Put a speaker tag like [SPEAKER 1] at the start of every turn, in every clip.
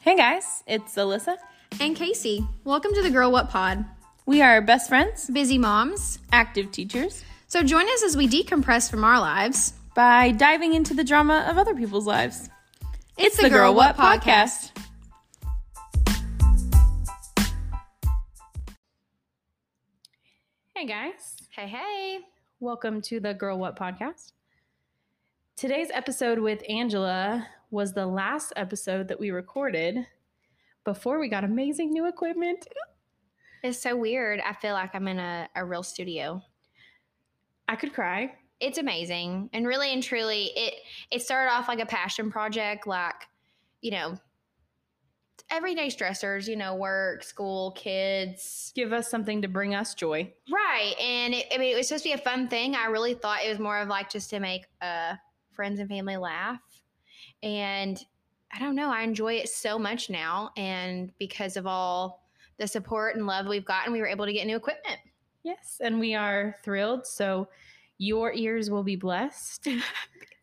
[SPEAKER 1] Hey guys, it's Alyssa.
[SPEAKER 2] And Casey, welcome to the Girl What Pod.
[SPEAKER 1] We are best friends,
[SPEAKER 2] Busy moms.
[SPEAKER 1] active teachers,
[SPEAKER 2] So join us as we decompress from our lives.
[SPEAKER 1] by diving into the drama of other people's lives.
[SPEAKER 2] It's,
[SPEAKER 1] Hey guys,
[SPEAKER 2] Hey, hey.
[SPEAKER 1] welcome to the Girl What podcast. Today's episode with Angela was the last episode that we recorded before we got amazing new equipment.
[SPEAKER 2] It's so weird. I feel like I'm in a, a real studio.
[SPEAKER 1] I could cry.
[SPEAKER 2] It's amazing. And really and truly, it it started off like a passion project, like, you know, everyday stressors, you know, work, school, kids,
[SPEAKER 1] Give us something to bring us joy.
[SPEAKER 2] Right. And it, I mean, it was supposed to be a fun thing. I really thought it was more of like just to make uh, friends and family laugh. And I don't know. I enjoy it so much now. And because of all the support and love we've gotten, we were able to get new equipment.
[SPEAKER 1] Yes, and we are thrilled. So your ears will be blessed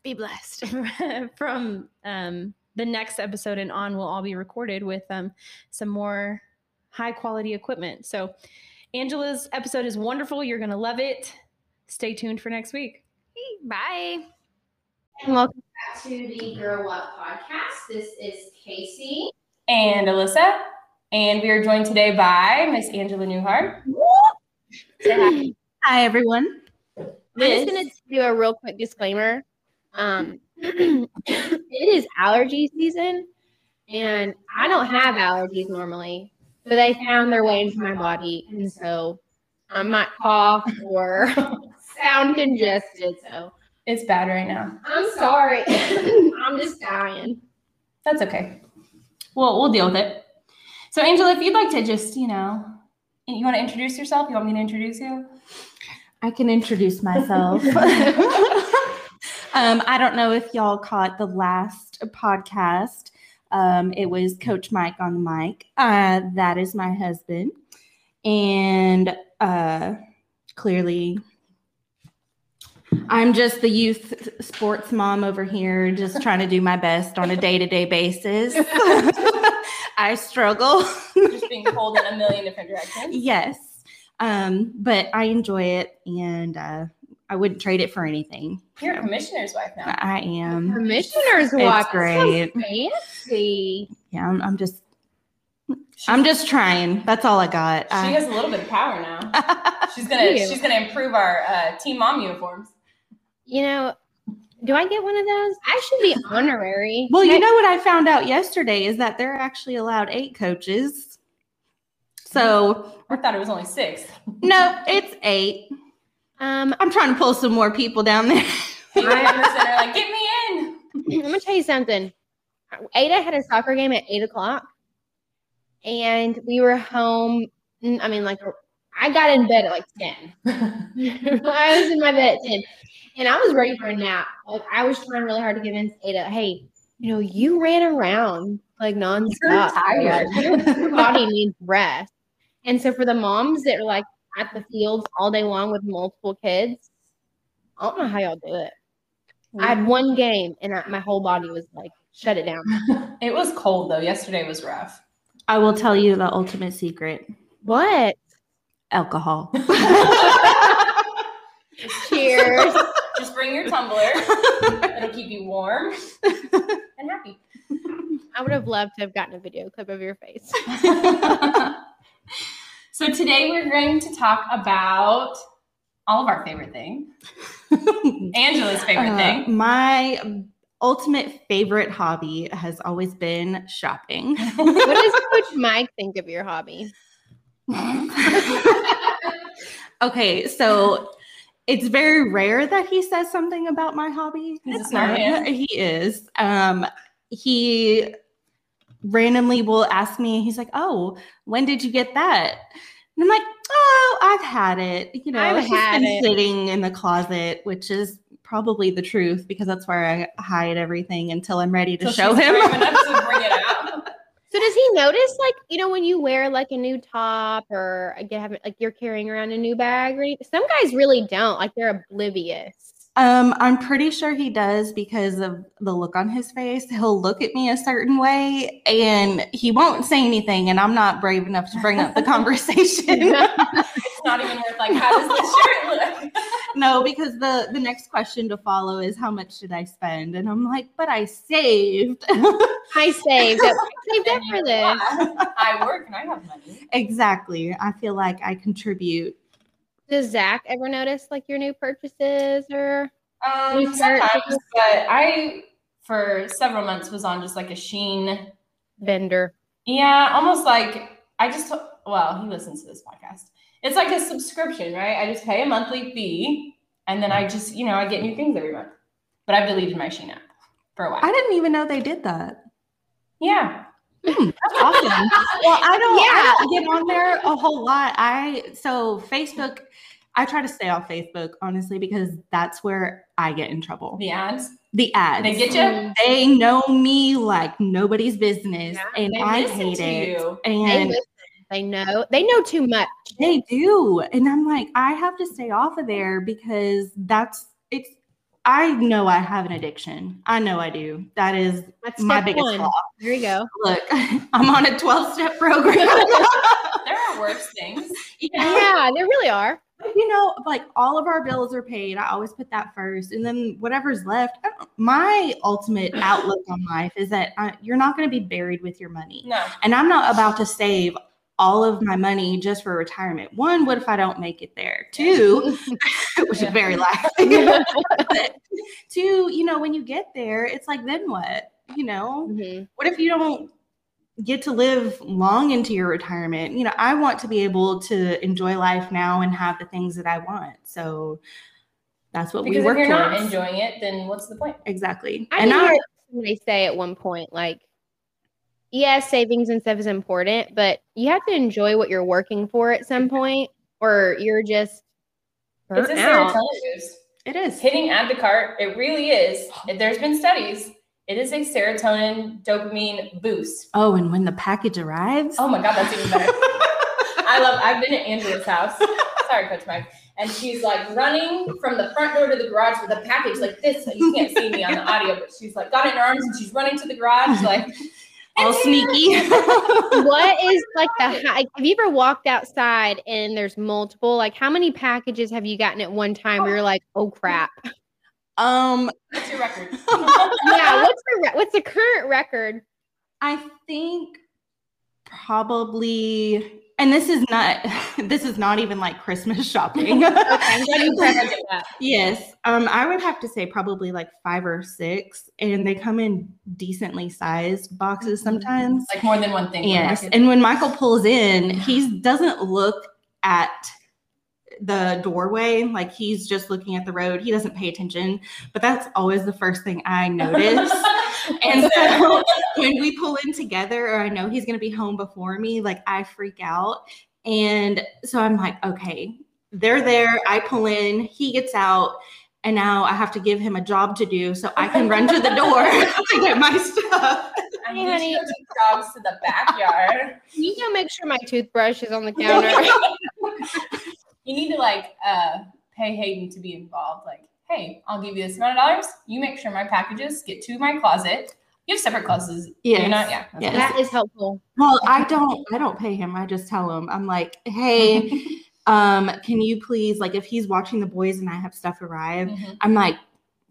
[SPEAKER 2] Be blessed.
[SPEAKER 1] from um, the next episode and on. Will all be recorded with um, some more high quality equipment. So Angela's episode is wonderful. You're going to love it. Stay tuned for next week.
[SPEAKER 2] Bye. And welcome back to the Girl What podcast. This is Casey.
[SPEAKER 1] And Alyssa, and we are joined today by Miss Angela Newhart.
[SPEAKER 3] Hi, everyone. I'm
[SPEAKER 1] Liz.
[SPEAKER 3] just going to do a real quick disclaimer. Um, it is allergy season, and I don't have allergies normally, but they found their way into my body. And so I might cough or sound congested. So
[SPEAKER 1] It's bad right now.
[SPEAKER 3] I'm sorry. I'm just dying.
[SPEAKER 1] That's okay. Well, we'll deal with it. So Angela, if you'd like to just, you know, you want to introduce yourself? You want me to introduce you?
[SPEAKER 4] I can introduce myself. um, I don't know if y'all caught the last podcast. Um, it was Coach Mike on the mic. Uh, that is my husband. And uh, clearly, I'm just the youth sports mom over here, just trying to do my best on a day to day basis. I struggle.
[SPEAKER 1] just being pulled in a million different directions.
[SPEAKER 4] Yes. Um, but I enjoy it and uh, I wouldn't trade it for anything.
[SPEAKER 1] You're a commissioner's wife now.
[SPEAKER 4] I am.
[SPEAKER 3] Commissioner's
[SPEAKER 4] It's
[SPEAKER 3] watch.
[SPEAKER 4] great.
[SPEAKER 3] Fancy.
[SPEAKER 4] Yeah, I'm, I'm just I'm just trying. That's all I got.
[SPEAKER 1] She
[SPEAKER 4] I,
[SPEAKER 1] has a little bit of power now. She's gonna
[SPEAKER 3] Ew.
[SPEAKER 1] she's gonna improve our uh, team mom uniforms.
[SPEAKER 3] You know, do I get one of those? I should be honorary.
[SPEAKER 4] well, you know what I found out yesterday is that they're actually allowed eight coaches. So
[SPEAKER 1] I thought it was only six.
[SPEAKER 4] no, it's eight.
[SPEAKER 3] Um,
[SPEAKER 4] I'm trying to pull some more people down there.
[SPEAKER 1] People in the center are like, get me in.
[SPEAKER 3] I'm gonna tell you something. Ada had a soccer game at eight o'clock, and we were home. mm, I mean, like I got in bed at like ten. I was in my bed at ten, and I was ready for a nap. Like I was trying really hard to convince Ada, hey, you know, you ran around like nonstop.
[SPEAKER 1] You're tired.
[SPEAKER 3] Like, your body needs rest. And so for the moms that are like at the fields all day long with multiple kids, I don't know how y'all do it. I had one game and I, my whole body was like, shut it down.
[SPEAKER 1] It was cold though. Yesterday was rough.
[SPEAKER 4] I will tell you the ultimate secret.
[SPEAKER 3] What?
[SPEAKER 4] Alcohol.
[SPEAKER 3] Cheers.
[SPEAKER 1] Just bring your tumbler. It'll keep you warm and happy.
[SPEAKER 3] I would have loved to have gotten a video clip of your face.
[SPEAKER 1] so today we're going to talk about all of our favorite thing. Angela's favorite
[SPEAKER 4] Uh,
[SPEAKER 1] thing.
[SPEAKER 4] my ultimate favorite hobby has always been shopping.
[SPEAKER 3] What does Coach Mike think of your hobby?
[SPEAKER 4] okay, so it's very rare that he says something about my hobby.
[SPEAKER 1] He's a smart man.
[SPEAKER 4] he is. Um, he randomly will ask me, he's like, Oh, when did you get that? And I'm like, Oh, I've had it. You know,
[SPEAKER 3] I've
[SPEAKER 4] it's just
[SPEAKER 3] had
[SPEAKER 4] been
[SPEAKER 3] it.
[SPEAKER 4] sitting in the closet, which is probably the truth because that's where I hide everything until I'm ready to
[SPEAKER 1] Till
[SPEAKER 4] show
[SPEAKER 1] she's
[SPEAKER 4] him.
[SPEAKER 1] brave enough to bring it out.
[SPEAKER 3] So does he notice, like, you know, when you wear like a new top or again, like you're carrying around a new bag? Or anything? Some guys really don't. Like they're oblivious.
[SPEAKER 4] Um, I'm pretty sure he does because of the look on his face. He'll look at me a certain way and he won't say anything, and I'm not brave enough to bring up the conversation.
[SPEAKER 1] It's not even worth like how does this shirt look?
[SPEAKER 4] no, because the, the next question to follow is how much did I spend? And I'm like, but I saved.
[SPEAKER 3] I saved up. I saved up for this.
[SPEAKER 5] I work and I have money.
[SPEAKER 4] exactly. I feel like I contribute.
[SPEAKER 3] Does Zach ever notice like your new purchases or
[SPEAKER 5] Um, sometimes, but I for several months was on just like a Sheen.
[SPEAKER 3] vendor?
[SPEAKER 5] Yeah, almost like I just well, he listens to this podcast. It's like a subscription, right? I just pay a monthly fee, and then I just you know I get new things every month. But I've deleted my Sheen app for a while.
[SPEAKER 4] I didn't even know they did that.
[SPEAKER 5] yeah,
[SPEAKER 4] That's awesome. well, I don't, I don't get on there a whole lot. I so Facebook, I try to stay off Facebook honestly because that's where I get in trouble.
[SPEAKER 5] the ads
[SPEAKER 4] The ads.
[SPEAKER 5] they get you.
[SPEAKER 3] Mm-hmm.
[SPEAKER 4] They know me like nobody's business, and
[SPEAKER 5] They
[SPEAKER 4] I
[SPEAKER 5] listen
[SPEAKER 4] hate
[SPEAKER 5] to
[SPEAKER 4] it.
[SPEAKER 5] you.
[SPEAKER 3] They
[SPEAKER 4] And
[SPEAKER 3] listen. They know. They know too much.
[SPEAKER 4] they do, and I'm like, I have to stay off of there because that's it's. I know I have an addiction. I know I do. That is
[SPEAKER 3] That's
[SPEAKER 4] my
[SPEAKER 3] step
[SPEAKER 4] biggest
[SPEAKER 3] one.
[SPEAKER 4] flaw.
[SPEAKER 3] There you go.
[SPEAKER 4] Look, I'm on a 12 step program.
[SPEAKER 5] There are worse things.
[SPEAKER 3] Yeah, they really are.
[SPEAKER 4] you know, like all of our bills are paid. I always put that first, and then whatever's left. I don't, my ultimate outlook on life is that I, you're not going to be buried with your money,
[SPEAKER 5] No,
[SPEAKER 4] and I'm not about to save all of my money just for retirement. One, what if I don't make it there? Two, which
[SPEAKER 5] Yeah.
[SPEAKER 4] is very likely.
[SPEAKER 3] Mm-hmm.
[SPEAKER 4] But two, you know, when you get there, it's like then what? You know,
[SPEAKER 3] Mhm.
[SPEAKER 4] what if you don't get to live long into your retirement? You know, I want to be able to enjoy life now and have the things that I want. So that's what
[SPEAKER 5] because
[SPEAKER 4] we work
[SPEAKER 5] if you're not
[SPEAKER 4] towards.
[SPEAKER 5] enjoying it, then what's the point?
[SPEAKER 4] exactly.
[SPEAKER 3] I
[SPEAKER 4] and I,
[SPEAKER 3] heard somebody say at one point, like, yeah, savings and stuff is important, but you have to enjoy what you're working for at some point, or you're just
[SPEAKER 5] It's
[SPEAKER 3] burnt
[SPEAKER 5] a
[SPEAKER 3] out.
[SPEAKER 5] serotonin boost.
[SPEAKER 4] it is.
[SPEAKER 5] hitting add to cart it really is there's been studies it is a serotonin dopamine boost
[SPEAKER 4] Oh, and when the package arrives,
[SPEAKER 5] oh my god that's even better i love i've been at angela's house sorry coach mike and she's like running from the front door to the garage with a package like this you can't see me on the audio but she's like got it in her arms and she's running to the garage like
[SPEAKER 4] all
[SPEAKER 5] "It's here."
[SPEAKER 4] sneaky.
[SPEAKER 3] what is like the hi- like, have you ever walked outside and there's multiple like how many packages have you gotten at one time where you're like oh crap
[SPEAKER 4] um,
[SPEAKER 5] what's your record
[SPEAKER 3] yeah what's the re- what's the current record
[SPEAKER 4] I think probably and this is not this is not even like christmas shopping
[SPEAKER 3] okay
[SPEAKER 5] I didn't remember that.
[SPEAKER 4] Yes. Um, I would have to say probably like five or six, and they come in decently sized boxes sometimes.
[SPEAKER 5] like more than one thing
[SPEAKER 4] Yes. And when Michael pulls in, he doesn't look at the doorway, like he's just looking at the road. He doesn't pay attention, but that's always the first thing I notice. and so when we pull in together, or I know he's going to be home before me, like I freak out. And so I'm like, okay, they're there. I pull in, he gets out. And now I have to give him a job to do so I can run to the door to get my
[SPEAKER 5] I
[SPEAKER 4] stuff.
[SPEAKER 3] Hey,
[SPEAKER 5] need
[SPEAKER 3] honey.
[SPEAKER 5] you to take dogs to the backyard
[SPEAKER 3] Can you go make sure my toothbrush is on the counter
[SPEAKER 5] you need to like uh pay Hayden to be involved. Like, hey, I'll give you this amount of dollars. You make sure my packages get to my closet. You have separate closets.
[SPEAKER 4] Yes.
[SPEAKER 5] You're not, yeah. that's
[SPEAKER 4] Yes.
[SPEAKER 3] that is helpful
[SPEAKER 4] Well, I don't I don't pay him. I just tell him. I'm like, "Hey, um can you please like if he's watching the boys and I have stuff
[SPEAKER 5] what-
[SPEAKER 4] arrive,
[SPEAKER 5] Mhm.
[SPEAKER 4] I'm like,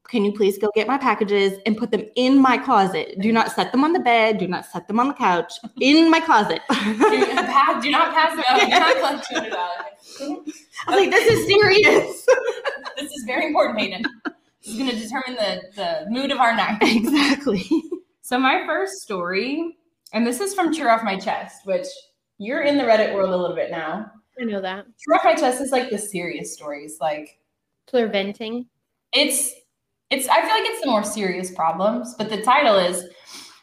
[SPEAKER 4] "Can you please go get my packages and put them in my closet? Do not set them on the bed, do not set them on the couch, in my closet."
[SPEAKER 5] Do
[SPEAKER 4] I
[SPEAKER 5] not pass- do not pass go. Do not collect two hundred dollars.
[SPEAKER 4] was like, "This is serious."
[SPEAKER 5] This is very important, Hayden. This is gonna determine the, the mood of our night.
[SPEAKER 4] exactly.
[SPEAKER 5] So my first story, and this is from Cheer Off My Chest, which you're in the Reddit world a little bit now.
[SPEAKER 3] i know that
[SPEAKER 5] Cheer Off My Chest is like the serious stories, like
[SPEAKER 3] so they're venting
[SPEAKER 5] it's it's i feel like it's the more serious problems but the title is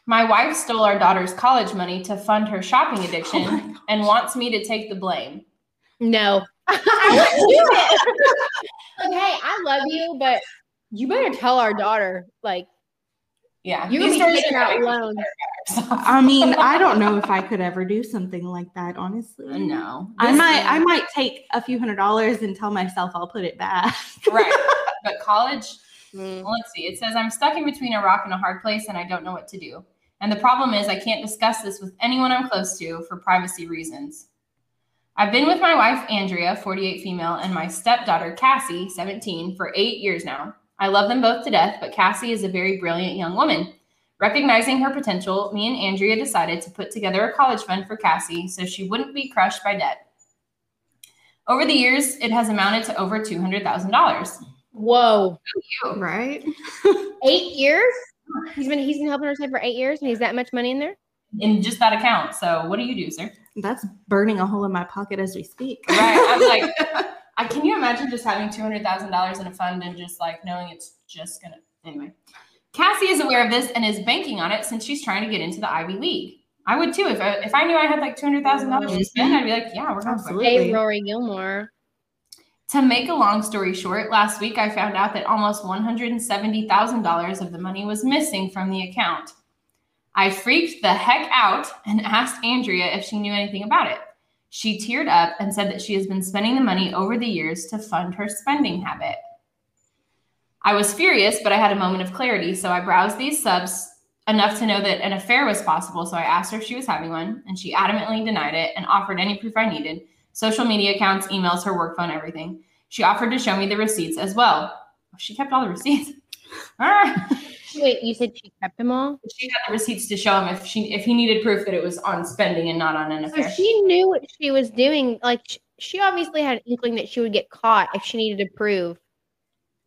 [SPEAKER 5] my wife stole our daughter's college money to fund her shopping addiction
[SPEAKER 4] Oh my
[SPEAKER 5] and wants me to take the blame
[SPEAKER 3] no i wouldn't do it like hey i love you but you better tell our daughter like
[SPEAKER 5] yeah
[SPEAKER 3] you're
[SPEAKER 5] these
[SPEAKER 3] gonna be
[SPEAKER 5] stories
[SPEAKER 3] taking
[SPEAKER 5] are
[SPEAKER 3] out
[SPEAKER 5] very-
[SPEAKER 3] loans
[SPEAKER 4] I mean, I don't know if I could ever do something like that, honestly.
[SPEAKER 5] no
[SPEAKER 4] I
[SPEAKER 5] This-
[SPEAKER 4] might I might take a few hundred dollars and tell myself I'll put it back.
[SPEAKER 5] right but college,
[SPEAKER 2] Mm.
[SPEAKER 5] well, let's see. It says I'm stuck in between a rock and a hard place, and I don't know what to do. And the problem is I can't discuss this with anyone I'm close to for privacy reasons. I've been with my wife Andrea, 48 female, and my stepdaughter Cassie, 17, for eight years now. I love them both to death, but Cassie is a very brilliant young woman. Recognizing her potential, me and Andrea decided to put together a college fund for Cassie so she wouldn't be crushed by debt. Over the years, it has amounted to over $200,000.
[SPEAKER 3] Whoa.
[SPEAKER 2] Right?
[SPEAKER 3] Eight years? He's been he's been helping her save for eight years and he's that much money in there?
[SPEAKER 5] in just that account. So what do you do, sir?
[SPEAKER 4] That's burning a hole in my pocket as we speak.
[SPEAKER 5] Right. I'm like, I, can you imagine just having two hundred thousand dollars in a fund and just like knowing it's just gonna anyway. Cassie is aware of this and is banking on it since she's trying to get into the Ivy League. I would too if I, if I knew I had like two hundred thousand dollars to spend. I'd be like, yeah, we're going for it.
[SPEAKER 4] Absolutely.
[SPEAKER 3] Hey, Rory Gilmore.
[SPEAKER 5] To make a long story short, last week I found out that almost $170,000 of the money was missing from the account. I freaked the heck out and asked Andrea if she knew anything about it. She teared up and said that she has been spending the money over the years to fund her spending habit. I was furious, but I had a moment of clarity, so I browsed these subs enough to know that an affair was possible, so I asked her if she was having one, and she adamantly denied it and offered any proof I needed social media accounts, emails, her work phone, everything. She offered to show me the receipts as well. She kept all the receipts. Ah,
[SPEAKER 3] Wait, you said she kept them all?
[SPEAKER 5] she had the receipts to show him if she if he needed proof that it was on spending and not on an
[SPEAKER 3] So
[SPEAKER 5] affair.
[SPEAKER 3] she knew what she was doing. Like sh- she obviously had an inkling that she would get caught if she needed to prove.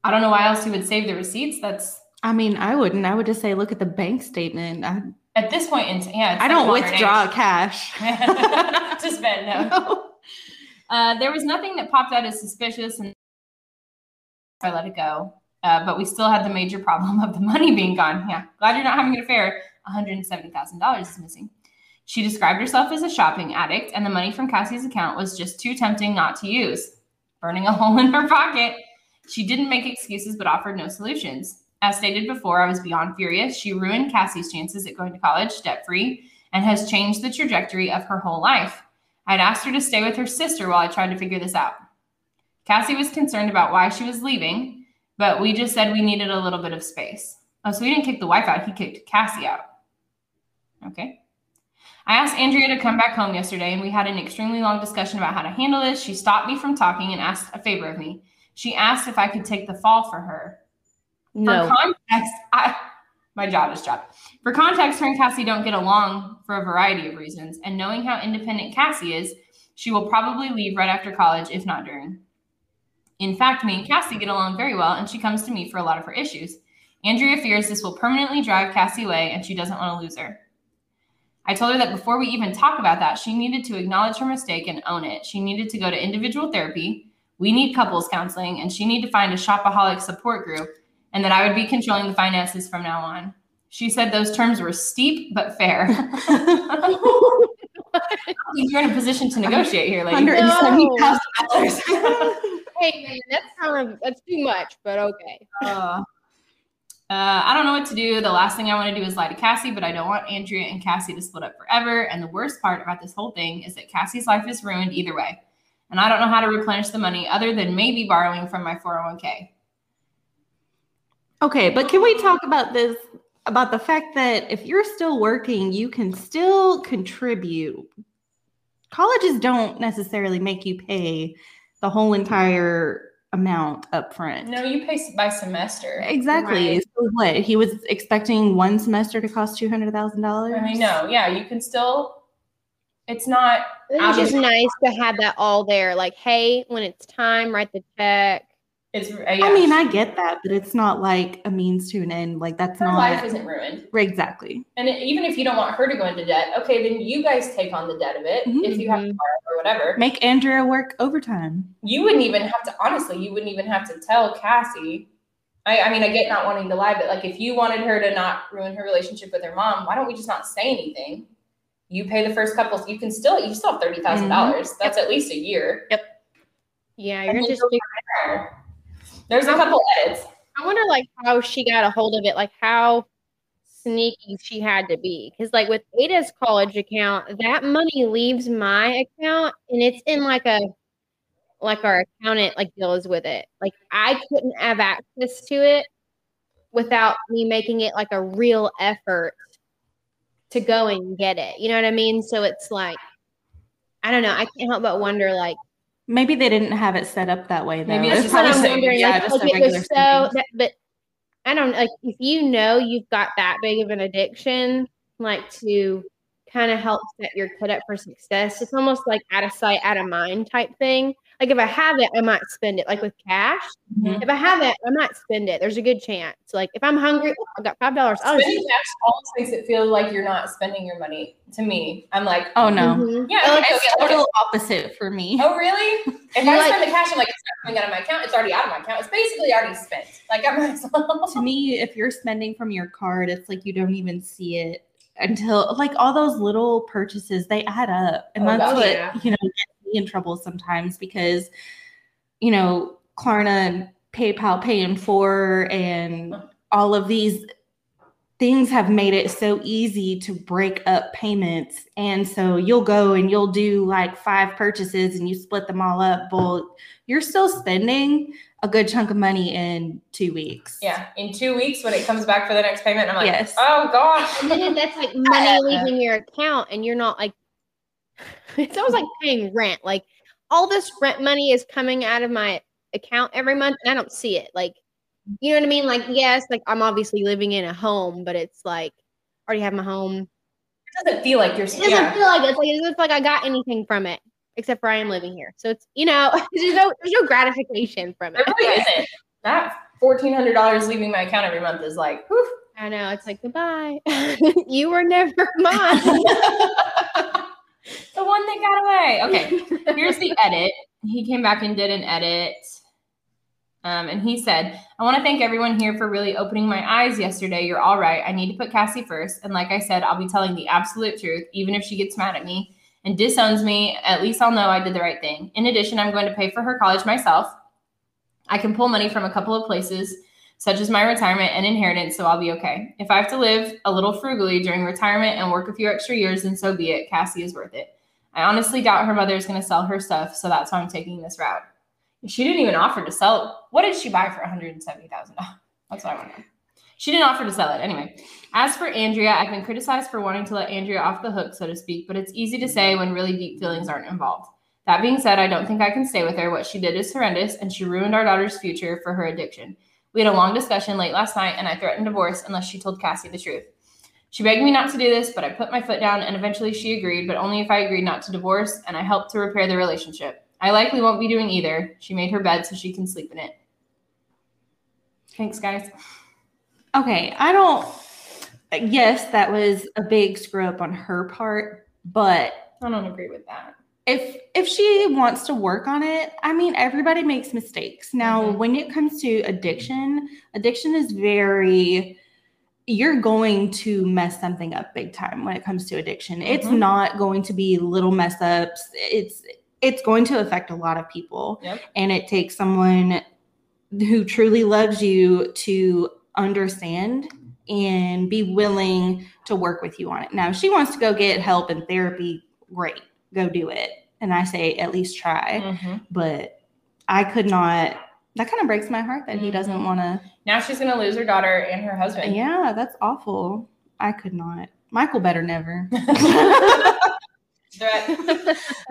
[SPEAKER 5] I don't know why else he would save the receipts. That's
[SPEAKER 4] I mean, I wouldn't. I would just say, look at the bank statement. I,
[SPEAKER 5] at this point in time. Yeah, it's
[SPEAKER 4] I
[SPEAKER 5] like
[SPEAKER 4] don't
[SPEAKER 5] modern
[SPEAKER 4] withdraw
[SPEAKER 5] age.
[SPEAKER 4] cash.
[SPEAKER 5] to spend. No. Uh, there was nothing that popped out as suspicious, and I let it go. Uh, but we still had the major problem of the money being gone. Yeah, glad you're not having an affair. $170,000 is missing. She described herself as a shopping addict, and the money from Cassie's account was just too tempting not to use, burning a hole in her pocket. She didn't make excuses but offered no solutions. As stated before, I was beyond furious. She ruined Cassie's chances at going to college debt free and has changed the trajectory of her whole life. I'd asked her to stay with her sister while I tried to figure this out. Cassie was concerned about why she was leaving, but we just said we needed a little bit of space. Oh, so he didn't kick the wife out, he kicked Cassie out. Okay. I asked Andrea to come back home yesterday, and we had an extremely long discussion about how to handle this. She stopped me from talking and asked a favor of me. She asked if I could take the fall for her. For context, I, my job is job. For context, her and Cassie don't get along for a variety of reasons, and knowing how independent Cassie is, she will probably leave right after college, if not during. In fact, me and Cassie get along very well, and she comes to me for a lot of her issues. Andrea fears this will permanently drive Cassie away, and she doesn't want to lose her. I told her that before we even talk about that, she needed to acknowledge her mistake and own it. She needed to go to individual therapy. We need couples counseling, and she need to find a shopaholic support group and that I would be controlling the finances from now on. She said those terms were steep but fair. You're in a position to negotiate here, lady.
[SPEAKER 4] $170,000.
[SPEAKER 3] Hey man, that's kind of that's too much, but okay.
[SPEAKER 5] Uh, uh, I don't know what to do. The last thing I want to do is lie to Cassie, but I don't want Andrea and Cassie to split up forever. And the worst part about this whole thing is that Cassie's life is ruined either way. And I don't know how to replenish the money other than maybe borrowing from my 401k.
[SPEAKER 4] okay, but can we talk about this? About the fact that if you're still working, you can still contribute. Colleges don't necessarily make you pay the whole entire amount up front.
[SPEAKER 5] you pay by semester.
[SPEAKER 4] Exactly.
[SPEAKER 2] Right.
[SPEAKER 4] So what? He was expecting one semester to cost two hundred thousand dollars.
[SPEAKER 5] yeah, you can still. It's not
[SPEAKER 3] It was just nice to have that all there. Like, hey, when it's time, write the check.
[SPEAKER 5] It's. uh,
[SPEAKER 4] I mean, I get that, but it's not like a means to an end. Like that's
[SPEAKER 5] her
[SPEAKER 4] not
[SPEAKER 5] life isn't ruined,
[SPEAKER 4] exactly.
[SPEAKER 5] and it- even if you don't want her to go into debt, okay, then you guys take on the debt of it if you have
[SPEAKER 4] Mm-hmm.
[SPEAKER 5] to borrow or whatever.
[SPEAKER 4] Make Andrea work overtime.
[SPEAKER 5] You wouldn't even have to. Honestly, you wouldn't even have to tell Cassie. I, I mean, I get not wanting to lie, but like if you wanted her to not ruin her relationship with her mom, why don't we just not say anything? You pay the first couple. You can still. You still have thirty
[SPEAKER 3] Mm-hmm.
[SPEAKER 5] dollars. That's at least a year.
[SPEAKER 3] Yeah,
[SPEAKER 5] And
[SPEAKER 3] you're
[SPEAKER 5] then
[SPEAKER 3] just.
[SPEAKER 5] you'll find her. There's a couple edits.
[SPEAKER 3] I wonder, like, how she got a hold of it. Like, how sneaky she had to be. Because, like, with Ada's college account, that money leaves my account, and it's in like a like our accountant like deals with it. Like I couldn't have access to it without me making it like a real effort to go and get it. You know what I mean? So it's like I don't know. I can't help but wonder like
[SPEAKER 4] Maybe they didn't have it set up that way. Though.
[SPEAKER 5] Maybe it's
[SPEAKER 3] that's
[SPEAKER 5] just
[SPEAKER 3] what
[SPEAKER 5] a
[SPEAKER 3] I'm
[SPEAKER 5] saving-
[SPEAKER 3] wondering.
[SPEAKER 4] yeah,
[SPEAKER 3] like,
[SPEAKER 4] just
[SPEAKER 3] like,
[SPEAKER 4] a
[SPEAKER 3] it was
[SPEAKER 4] regular
[SPEAKER 3] so
[SPEAKER 4] savings.
[SPEAKER 3] that, but I don't like if you know you've got that big of an addiction, like to kind of help set your kid up for success. It's almost like out of sight, out of mind type thing. Like if I have it, I might spend it. Like with cash,
[SPEAKER 5] Mhm.
[SPEAKER 3] if I have it, I might spend it. There's a good chance. Like if I'm hungry, oh, I've got five dollars. Oh,
[SPEAKER 5] Spending cash almost makes it feel like you're not spending your money. To me, I'm like,
[SPEAKER 4] Oh no,
[SPEAKER 3] mhm.
[SPEAKER 5] yeah, okay, okay,
[SPEAKER 4] it's
[SPEAKER 5] okay.
[SPEAKER 4] total opposite for me.
[SPEAKER 5] Oh really? If
[SPEAKER 3] You're
[SPEAKER 5] I
[SPEAKER 3] like-
[SPEAKER 5] spend the cash, I'm like, it's not coming out of my account. It's already out of my account. It's basically already spent. Like I'm
[SPEAKER 4] to me, if you're spending from your card, it's like you don't even see it until like all those little purchases they add up, and
[SPEAKER 5] Oh,
[SPEAKER 4] that's
[SPEAKER 5] God,
[SPEAKER 4] what
[SPEAKER 5] yeah.
[SPEAKER 4] you know gets me in trouble sometimes because you know Klarna and PayPal Pay in Four and all of these things have made it so easy to break up payments and so you'll go and you'll do like five purchases and you split them all up well you're still spending a good chunk of money in two weeks
[SPEAKER 5] yeah. In two weeks, when it comes back for the next payment, I'm like,
[SPEAKER 4] Yes.
[SPEAKER 5] oh gosh.
[SPEAKER 3] and then that's like money leaving your account, and you're not like it's almost like paying rent. Like all this rent money is coming out of my account every month, and I don't see it. Like you know what I mean? Like yes, like I'm obviously living in a home, but it's like I already have my home.
[SPEAKER 5] It doesn't feel like you're.
[SPEAKER 3] It doesn't
[SPEAKER 5] Yeah.
[SPEAKER 3] feel like it's like it doesn't feel like I got anything from it except for I am living here. So it's you know there's no there's no gratification from
[SPEAKER 5] There
[SPEAKER 3] it.
[SPEAKER 5] really isn't. That fourteen hundred dollars leaving my account every month is like, whew.
[SPEAKER 3] I know it's like goodbye. you were never mine.
[SPEAKER 5] the one that got away. Okay, here's the edit. He came back and did an edit. Um, and he said, I want to thank everyone here for really opening my eyes yesterday. You're all right. I need to put Cassie first. And like I said, I'll be telling the absolute truth, even if she gets mad at me and disowns me. At least I'll know I did the right thing. In addition, I'm going to pay for her college myself. I can pull money from a couple of places, such as my retirement and inheritance, so I'll be okay. If I have to live a little frugally during retirement and work a few extra years, then so be it. Cassie is worth it. I honestly doubt her mother is going to sell her stuff, so that's why I'm taking this route. She didn't even offer to sell. it. What did she buy for $170,000? That's what I want to know. She didn't offer to sell it. Anyway, as for Andrea, I've been criticized for wanting to let Andrea off the hook, so to speak, but it's easy to say when really deep feelings aren't involved. That being said, I don't think I can stay with her. What she did is horrendous, and she ruined our daughter's future for her addiction. We had a long discussion late last night, and I threatened divorce unless she told Cassie the truth. She begged me not to do this, but I put my foot down, and eventually she agreed, but only if I agreed not to divorce and I helped to repair the relationship. I likely won't be doing either. She made her bed so she can sleep in it. Thanks, guys.
[SPEAKER 4] Okay, I don't. Yes, that was a big screw up on her part, but
[SPEAKER 5] I don't agree with that.
[SPEAKER 4] if if she wants to work on it, I mean everybody makes mistakes. Now,
[SPEAKER 5] Mhm.
[SPEAKER 4] when it comes to addiction, addiction is very you're going to mess something up big time when it comes to addiction. It's
[SPEAKER 5] Mhm.
[SPEAKER 4] not going to be little mess ups. It's it's going to affect a lot of people.
[SPEAKER 5] Yep.
[SPEAKER 4] And it takes someone who truly loves you to understand and be willing to work with you on it. Now, if she wants to go get help and therapy, great, go do it. And I say at least try.
[SPEAKER 5] Mm-hmm.
[SPEAKER 4] But I could not that kind of breaks my heart that he doesn't want to.
[SPEAKER 5] Now she's going to lose her daughter and her husband.
[SPEAKER 4] Yeah, that's awful. I could not. Michael better never.
[SPEAKER 5] Threat.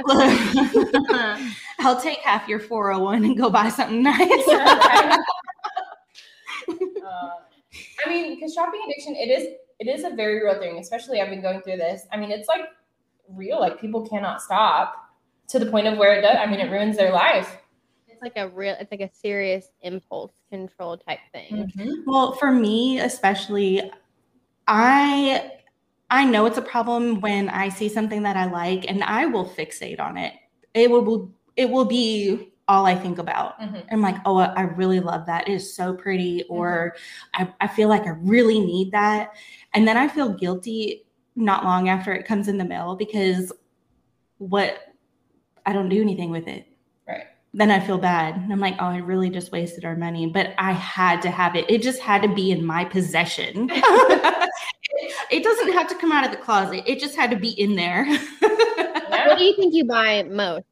[SPEAKER 4] Look, I'll take half your 401 and go buy something nice.
[SPEAKER 5] Right? Uh, I mean, because shopping addiction, it is it is a very real thing. Especially, I've been going through this. I mean, it's like real. Like people cannot stop to the point of where it does. I mean, it ruins their life.
[SPEAKER 3] It's like a real, it's like a serious impulse control type
[SPEAKER 4] Mm-hmm.
[SPEAKER 3] thing.
[SPEAKER 5] Mm-hmm.
[SPEAKER 4] Well, for me especially, I I know it's a problem when I see something that I like and I will fixate on it. It will it will be all I think about.
[SPEAKER 5] Mhm.
[SPEAKER 4] I'm like, oh, I really love that. It is so pretty, or I, I feel like I really need that. And then I feel guilty not long after it comes in the mail because what I don't do anything with it.
[SPEAKER 5] Right.
[SPEAKER 4] Then I feel bad. And I'm like, oh, I really just wasted our money, but I had to have it. It just had to be in my possession. it doesn't have to come out of the closet, it just had to be in there.
[SPEAKER 5] Yeah.
[SPEAKER 3] What do you think you buy most?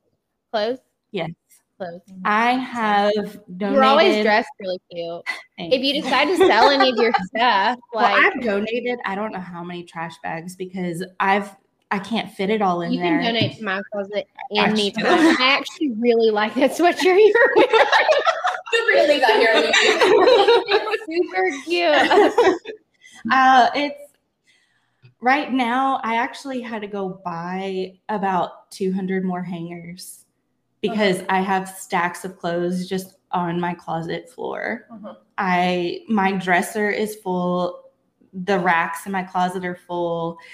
[SPEAKER 3] Clothes?
[SPEAKER 4] yes.
[SPEAKER 3] clothes.
[SPEAKER 4] I have donated.
[SPEAKER 3] You're always dressed really cute.
[SPEAKER 4] Thanks.
[SPEAKER 3] If you decide to sell any of your stuff, like
[SPEAKER 4] well, I've donated. I don't know how many trash bags because I've I can't fit it all in
[SPEAKER 3] you
[SPEAKER 4] there.
[SPEAKER 3] can donate to my closet and me.
[SPEAKER 4] Actually-
[SPEAKER 3] I actually really like that sweatshirt you're wearing.
[SPEAKER 5] really got here. Lee.
[SPEAKER 3] It's super cute.
[SPEAKER 4] Uh, it's right now. I actually had to go buy about 200 more hangers because I have stacks of clothes just on my closet floor.
[SPEAKER 5] Mhm.
[SPEAKER 4] I my dresser is full. The racks in my closet are full.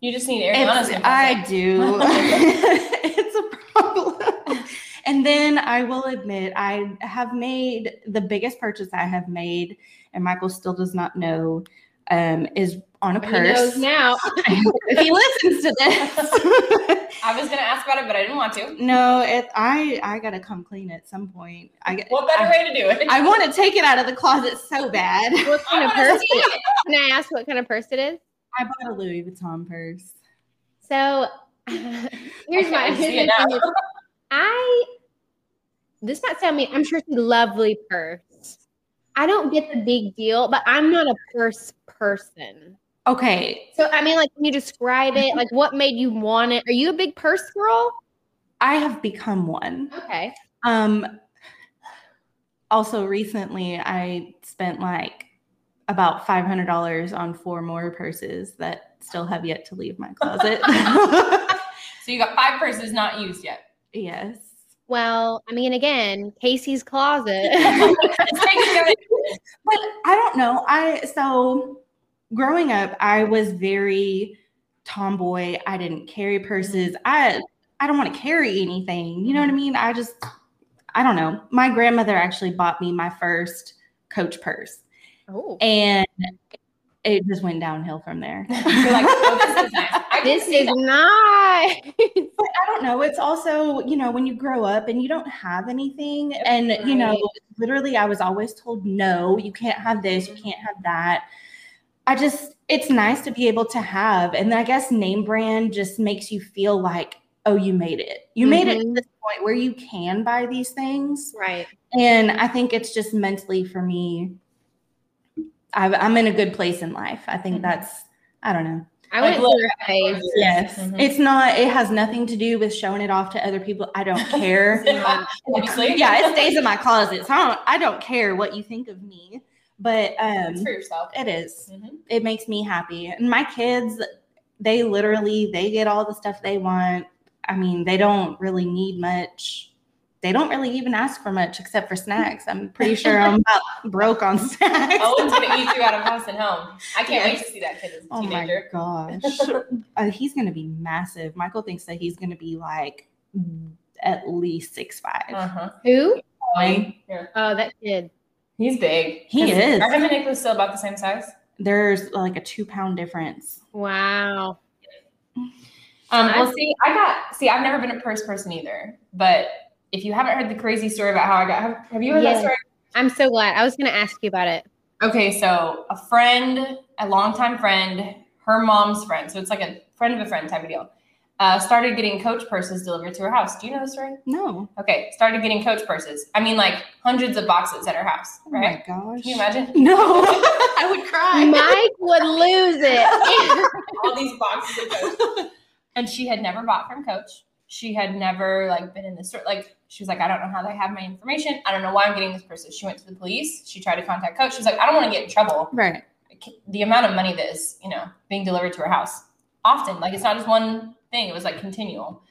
[SPEAKER 5] You just need
[SPEAKER 4] It's-
[SPEAKER 5] Ariana's.
[SPEAKER 4] I do. it's a problem. And then I will admit, I have made the biggest purchase I have made, and Michael still does not know, um, is on a
[SPEAKER 3] He knows
[SPEAKER 4] purse.
[SPEAKER 3] now.
[SPEAKER 4] if he listens to this.
[SPEAKER 5] I was gonna ask about it, but I didn't want to.
[SPEAKER 4] no, it, I I gotta come clean at some point. I get-
[SPEAKER 5] What better
[SPEAKER 4] I-
[SPEAKER 5] way to do it?
[SPEAKER 4] I want to take it out of the closet so bad.
[SPEAKER 3] What kind of
[SPEAKER 5] wanna
[SPEAKER 3] purse?
[SPEAKER 5] see
[SPEAKER 3] It, can I ask what kind of purse it is?
[SPEAKER 4] I bought a Louis Vuitton purse.
[SPEAKER 3] So here's
[SPEAKER 5] Okay,
[SPEAKER 3] my
[SPEAKER 5] I see
[SPEAKER 3] here's
[SPEAKER 5] it
[SPEAKER 3] my
[SPEAKER 5] now.
[SPEAKER 3] thing is, I this might sound mean. I'm sure it's a lovely purse. I don't get the big deal, but I'm not a purse person.
[SPEAKER 4] Okay,
[SPEAKER 3] So I mean, like, can you describe it? Like, what made you want it? Are you a big purse girl?
[SPEAKER 4] I have become one.
[SPEAKER 3] Okay.
[SPEAKER 4] Um also recently I spent like about five hundred dollars on four more purses that still have yet to leave my closet.
[SPEAKER 5] So you got five purses not used yet.
[SPEAKER 4] yes.
[SPEAKER 3] Well, I mean, again, Casey's closet.
[SPEAKER 5] It's taking you a-
[SPEAKER 4] But I don't know. I so growing up, I was very tomboy. I didn't carry
[SPEAKER 5] Mm-hmm.
[SPEAKER 4] purses. I I don't want to carry anything. You know
[SPEAKER 5] Mm-hmm.
[SPEAKER 4] what I mean? I just I don't know. My grandmother actually bought me my first coach purse.
[SPEAKER 3] oh,
[SPEAKER 4] and it just went downhill from there.
[SPEAKER 5] You're like, oh, this is nice. I can
[SPEAKER 3] this
[SPEAKER 5] see
[SPEAKER 3] is nice.
[SPEAKER 4] but I don't know. It's also, you know, when you grow up and you don't have anything, and you know,
[SPEAKER 3] Right.
[SPEAKER 4] literally, I was always told, no, you can't have this, you can't have that. I just, it's nice to be able to have. And then I guess name brand just makes you feel like, oh, you made it. You made it to
[SPEAKER 3] Mhm.
[SPEAKER 4] this point where you can buy these things.
[SPEAKER 3] Right.
[SPEAKER 4] And I think it's just mentally for me, I've, I'm in a good place in life. I think
[SPEAKER 5] Mhm.
[SPEAKER 4] that's, I don't know.
[SPEAKER 3] I
[SPEAKER 5] Like,
[SPEAKER 3] went
[SPEAKER 5] look,
[SPEAKER 3] through a phase.
[SPEAKER 4] Yes.
[SPEAKER 5] Mhm.
[SPEAKER 4] It's not, it has nothing to do with showing it off to other people. I don't care.
[SPEAKER 5] Obviously.
[SPEAKER 4] Mm-hmm. yeah, it stays in my closet. So I don't, I don't care what you think of me, but um,
[SPEAKER 5] It's for yourself.
[SPEAKER 4] it is.
[SPEAKER 5] Mhm.
[SPEAKER 4] It makes me happy. And my kids, they literally, they get all the stuff they want. I mean, they don't really need much. They don't really even ask for much except for snacks. I'm pretty sure I'm about broke on
[SPEAKER 5] Oh,
[SPEAKER 4] snacks.
[SPEAKER 5] Owen's gonna eat you out of house and home. I can't wait to see that kid as a
[SPEAKER 4] Oh my
[SPEAKER 5] teenager. Uh-huh.
[SPEAKER 4] gosh. Uh, he's going to be massive. Michael thinks that he's going to be like at least six
[SPEAKER 5] Uh
[SPEAKER 4] five.
[SPEAKER 5] huh.
[SPEAKER 3] Who?
[SPEAKER 5] Yeah.
[SPEAKER 3] Oh, that kid.
[SPEAKER 5] He's big.
[SPEAKER 4] He is.
[SPEAKER 5] Are him and Nicholas still about the same size?
[SPEAKER 4] There's like a two pound difference.
[SPEAKER 3] Wow.
[SPEAKER 5] Um,
[SPEAKER 3] I-
[SPEAKER 5] well, see, I got see, I've never been a purse person either. But if you haven't heard the crazy story about how I got, have, have you heard
[SPEAKER 3] Yes.
[SPEAKER 5] that story?
[SPEAKER 3] I'm so glad. I was going to ask you about it.
[SPEAKER 5] Okay, so a friend, a longtime friend, her mom's friend, so it's like a friend of a friend type of deal, uh, started getting coach purses delivered to her house. Do you know the story?
[SPEAKER 4] No.
[SPEAKER 5] Okay, started getting coach purses. I mean, like hundreds of boxes at her house,
[SPEAKER 4] Oh
[SPEAKER 5] right?
[SPEAKER 4] my
[SPEAKER 5] Can you
[SPEAKER 4] gosh.
[SPEAKER 5] imagine?
[SPEAKER 4] No. I would cry.
[SPEAKER 3] Mike would lose it.
[SPEAKER 5] All these boxes of coach. And she had never bought from coach. She had never like been in the store. Like she was like, I don't know how they have my information. I don't know why I'm getting this person. She went to the police. She tried to contact coach. She was like, I don't want to get in trouble.
[SPEAKER 4] Right.
[SPEAKER 5] the amount of money that is you know being delivered to her house often like it's not just one thing it was like continual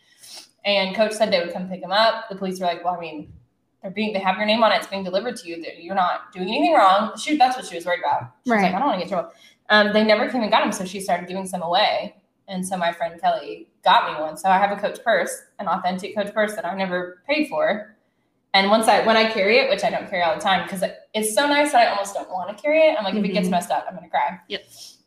[SPEAKER 5] and coach said they would come pick him up the police were like well i mean they're being they have your name on it it's being delivered to you that you're not doing anything wrong she that's what she was worried about she was like,
[SPEAKER 4] Right.
[SPEAKER 5] i don't want to get in trouble um, they never came and got him so she started giving some away and so my friend kelly got me one so i have a coach purse an authentic coach purse that i've never paid for and once i when i carry it which i don't carry all the time because it's so nice that i almost don't want to carry it i'm like if it gets
[SPEAKER 4] Mhm.
[SPEAKER 5] messed up i'm gonna cry
[SPEAKER 4] Yep.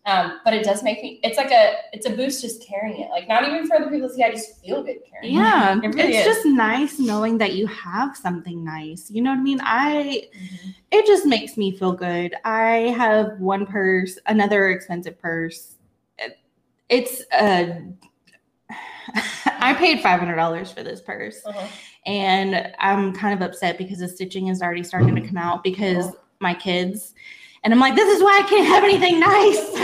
[SPEAKER 5] um, but it does make me. It's like a. It's a boost just carrying it. Like not even for other people to see. I just feel good carrying. it.
[SPEAKER 4] Yeah.
[SPEAKER 5] It really
[SPEAKER 4] it's
[SPEAKER 5] is.
[SPEAKER 4] just nice knowing that you have something nice. You know what I mean? I
[SPEAKER 5] Mm-hmm.
[SPEAKER 4] it just makes me feel good. I have one purse, another expensive purse. It- It's uh I paid $500 for this purse
[SPEAKER 5] Uh-huh.
[SPEAKER 4] And I'm kind of upset because the stitching is already starting to come out because my kids. And I'm like, this is why I can't have anything nice.